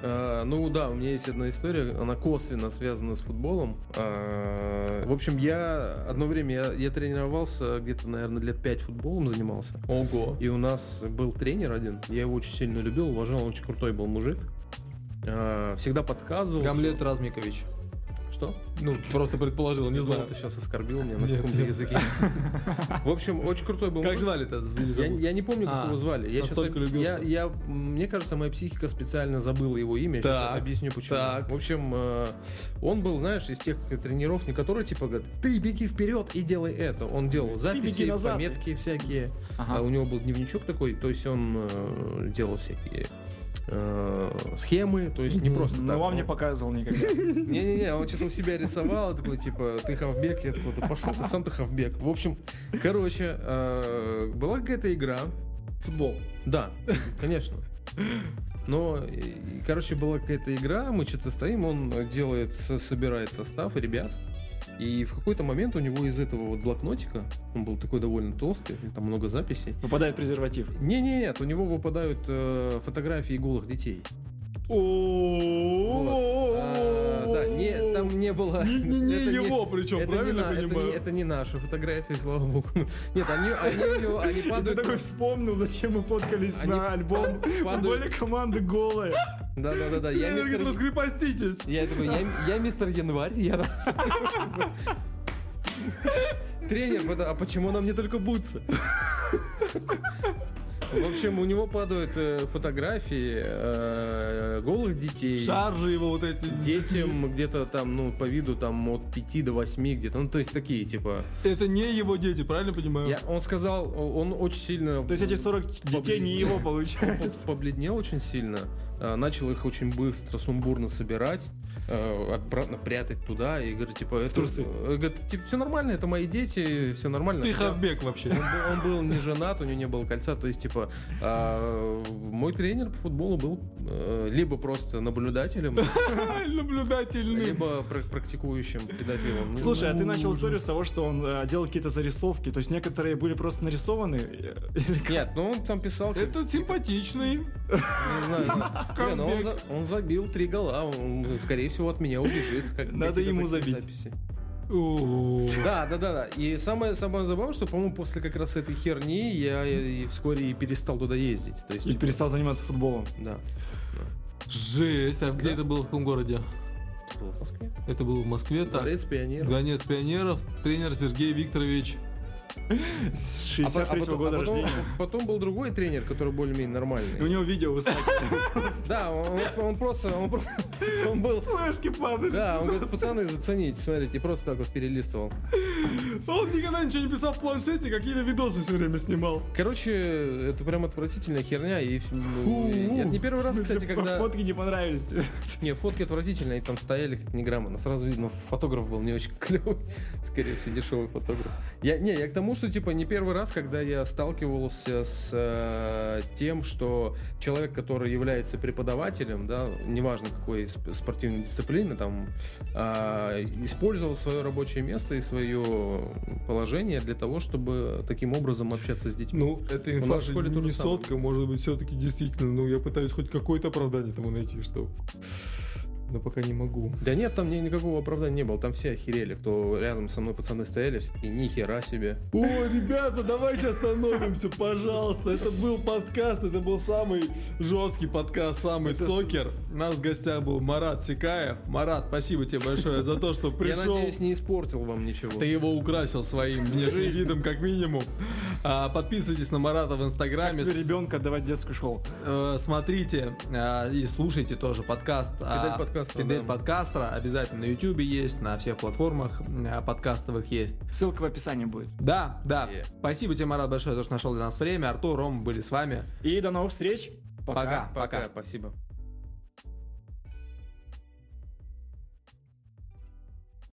Speaker 3: Э, Ну да, у меня есть одна история, она косвенно связана с футболом. Э, В общем, я одно время я, я тренировался где-то, наверное, лет 5 футболом занимался.
Speaker 2: Ого.
Speaker 3: И у нас был тренер один, я его очень сильно любил, уважал, он очень крутой был мужик. Э, Всегда подсказывал.
Speaker 2: Гамлет Размикович.
Speaker 3: Что?
Speaker 2: Ну, просто предположил, не
Speaker 3: Я думал,
Speaker 2: знаю.
Speaker 3: Ну, Ты сейчас оскорбил меня на
Speaker 2: Нет,
Speaker 3: каком-то
Speaker 2: нет.
Speaker 3: языке. В общем, очень крутой был
Speaker 2: Как
Speaker 3: мужик.
Speaker 2: звали-то?
Speaker 3: Я,
Speaker 2: забыл.
Speaker 3: я не помню, как
Speaker 2: А,
Speaker 3: его звали. Я сейчас,
Speaker 2: настолько любил,
Speaker 3: я,
Speaker 2: что-
Speaker 3: я- мне кажется, моя психика специально забыла его имя. Я щас
Speaker 2: Так,
Speaker 3: объясню почему.
Speaker 2: так.
Speaker 3: В общем, э, он был, знаешь, из тех тренеров, не которые типа говорят, ты беги вперед и делай это. Он делал записи,
Speaker 1: беги назад.
Speaker 3: пометки всякие.
Speaker 1: Ага.
Speaker 3: А у него был дневничок такой, то есть он э, делал всякие э, схемы, то есть не
Speaker 2: Мгм.
Speaker 3: просто
Speaker 1: Ну,
Speaker 3: так.
Speaker 1: вам не
Speaker 3: он-
Speaker 1: показывал никогда.
Speaker 3: не-не-не, он что-то у себя рисовал, такой, типа, ты хавбек, я такой, да пошел ты сам ты хавбек. В общем, короче, э, была какая-то игра,
Speaker 1: Футбол.
Speaker 3: да, конечно. Но, и, и, короче, была какая-то игра, мы что-то стоим, он делает, со- собирает состав ребят. И в какой-то момент у него из этого вот блокнотика, он был такой довольно толстый, там много записей.
Speaker 1: Выпадает презерватив.
Speaker 3: Не-не, нет, у него выпадают э, фотографии голых детей. А, Да, не, там не было.
Speaker 2: Не, не- не
Speaker 3: это не-
Speaker 2: его, причем,
Speaker 3: это не,
Speaker 2: правильно
Speaker 3: на- это
Speaker 2: понимаю?
Speaker 3: не- это не наши фотографии, слава богу. Нет, они, они у него- они
Speaker 1: И Ты
Speaker 3: падают.
Speaker 1: такой вспомнил, зачем мы фоткались
Speaker 3: Они
Speaker 1: на альбом футбольной команды голые.
Speaker 3: Да, да, да, да. Я
Speaker 2: Тренер говорит,
Speaker 3: мистер,
Speaker 2: раскрепоститесь!
Speaker 3: я такой, я, я мистер Январь, я там- Тренер, вот, а почему нам не только бутсы? В общем, у него падают э, фотографии э, голых детей.
Speaker 2: Шаржи его вот эти.
Speaker 3: Детям где-то там, ну, по виду там от 5 до 8 где-то. Ну, то есть такие, типа.
Speaker 2: Это не его дети, правильно понимаю?
Speaker 3: Я- он сказал, о- он очень сильно...
Speaker 1: То есть эти 40 детей не его получают.
Speaker 3: Он Побледнел очень сильно, э, начал их очень быстро, сумбурно собирать, э, обратно прятать туда и говорит, типа, это,
Speaker 1: трусы.
Speaker 3: э, Говорит, типа, все нормально, это мои дети, все нормально.
Speaker 2: Ты
Speaker 3: Я-
Speaker 2: хавбек вообще.
Speaker 3: Он, был- он был не женат, у него не было кольца, то есть, типа, э, мой тренер по футболу был э, либо просто наблюдателем,
Speaker 2: Наблюдательный.
Speaker 3: либо пра- практикующим педофилом. Ну,
Speaker 1: Слушай, а ты начал
Speaker 2: ужас.
Speaker 1: историю с того, что он э, делал какие-то зарисовки, то есть некоторые были просто нарисованы? э, Или как?
Speaker 3: Нет, ну он там писал...
Speaker 2: Это симпатичный.
Speaker 3: Не знаю. Не, ну он, за- он забил три гола. Он, скорее всего, от меня убежит. как-
Speaker 1: Надо
Speaker 3: какие-то
Speaker 1: ему
Speaker 3: такие
Speaker 1: забить.
Speaker 3: записи.
Speaker 2: О.
Speaker 3: Да, да, да, да. И самое самое забавное, что, по-моему, после как раз этой херни я и вскоре и перестал туда ездить. То есть,
Speaker 1: И
Speaker 3: типа,
Speaker 1: перестал заниматься футболом.
Speaker 3: Да.
Speaker 2: Жесть, а где это было, в каком городе?
Speaker 3: Это было в Москве.
Speaker 2: Это было в Москве,
Speaker 1: Ну
Speaker 2: так?
Speaker 3: Дворец пионер.
Speaker 2: Донец пионеров, тренер Сергей Викторович.
Speaker 1: С
Speaker 3: А по- а
Speaker 1: 63
Speaker 3: потом-
Speaker 1: года
Speaker 3: а потом-
Speaker 1: рождения. Ну,
Speaker 3: Потом был другой тренер, который более-менее
Speaker 1: И у
Speaker 3: нормальный.
Speaker 1: него видео выскакивает.
Speaker 3: Да, он, он просто, он просто, он был,
Speaker 2: Флешки падали.
Speaker 3: да, он говорит, пацаны, зацените, смотрите, и просто так вот перелистывал.
Speaker 2: Он никогда ничего не писал в планшете, какие-то видосы все время снимал.
Speaker 3: Короче, это прям отвратительная херня, и ну, и- это не первый
Speaker 1: В
Speaker 3: раз,
Speaker 1: смысле,
Speaker 3: кстати, когда...
Speaker 1: Фотки не понравились. тебе?
Speaker 3: Не, фотки отвратительные, там стояли как-то неграмотно. Сразу видно, фотограф был не очень клевый. Скорее всего, дешевый фотограф. Я, не, я к тому, что, типа, не первый раз, когда я сталкивался с э, тем, что человек, который является преподавателем, да, неважно какой сп- спортивной дисциплины, там, э, использовал свое рабочее место и свое положение для того, чтобы таким образом общаться с детьми.
Speaker 2: Ну, это
Speaker 3: У
Speaker 2: инфа
Speaker 3: нас в
Speaker 2: же
Speaker 3: школе то же
Speaker 2: не
Speaker 3: самое.
Speaker 2: сотка, может быть, все-таки действительно. Ну, я пытаюсь хоть какое-то оправдание тому найти, что но пока не могу.
Speaker 3: Да нет, там ни- никакого оправдания не было. Там все охерели, кто рядом со мной пацаны стояли, все такие, нихера себе.
Speaker 2: О, ребята, давайте остановимся, пожалуйста. Это был подкаст, это был самый жесткий подкаст, самый сокер. У нас в гостях был Марат Сикаев. Марат, спасибо тебе большое за то, что
Speaker 3: Я
Speaker 2: пришел.
Speaker 3: надеюсь, не испортил вам ничего.
Speaker 2: Ты его украсил своим внешним видом, как минимум. А, Подписывайтесь на Марата в Инстаграме.
Speaker 1: Тебе ребенка отдавать в детскую школу.
Speaker 2: Э, смотрите э, и слушайте тоже подкаст а,
Speaker 3: Фидель Подкастера,
Speaker 2: Фидель
Speaker 3: да.
Speaker 2: Подкастера. Обязательно на Ютубе есть, на всех платформах э, подкастовых есть.
Speaker 1: Ссылка в описании будет.
Speaker 2: Да, да.
Speaker 3: Yeah.
Speaker 2: Спасибо тебе, Марат, большое, за то, что нашел для нас время. Артур, Ром были с вами.
Speaker 1: И до новых встреч.
Speaker 2: Пока.
Speaker 3: Пока, спасибо.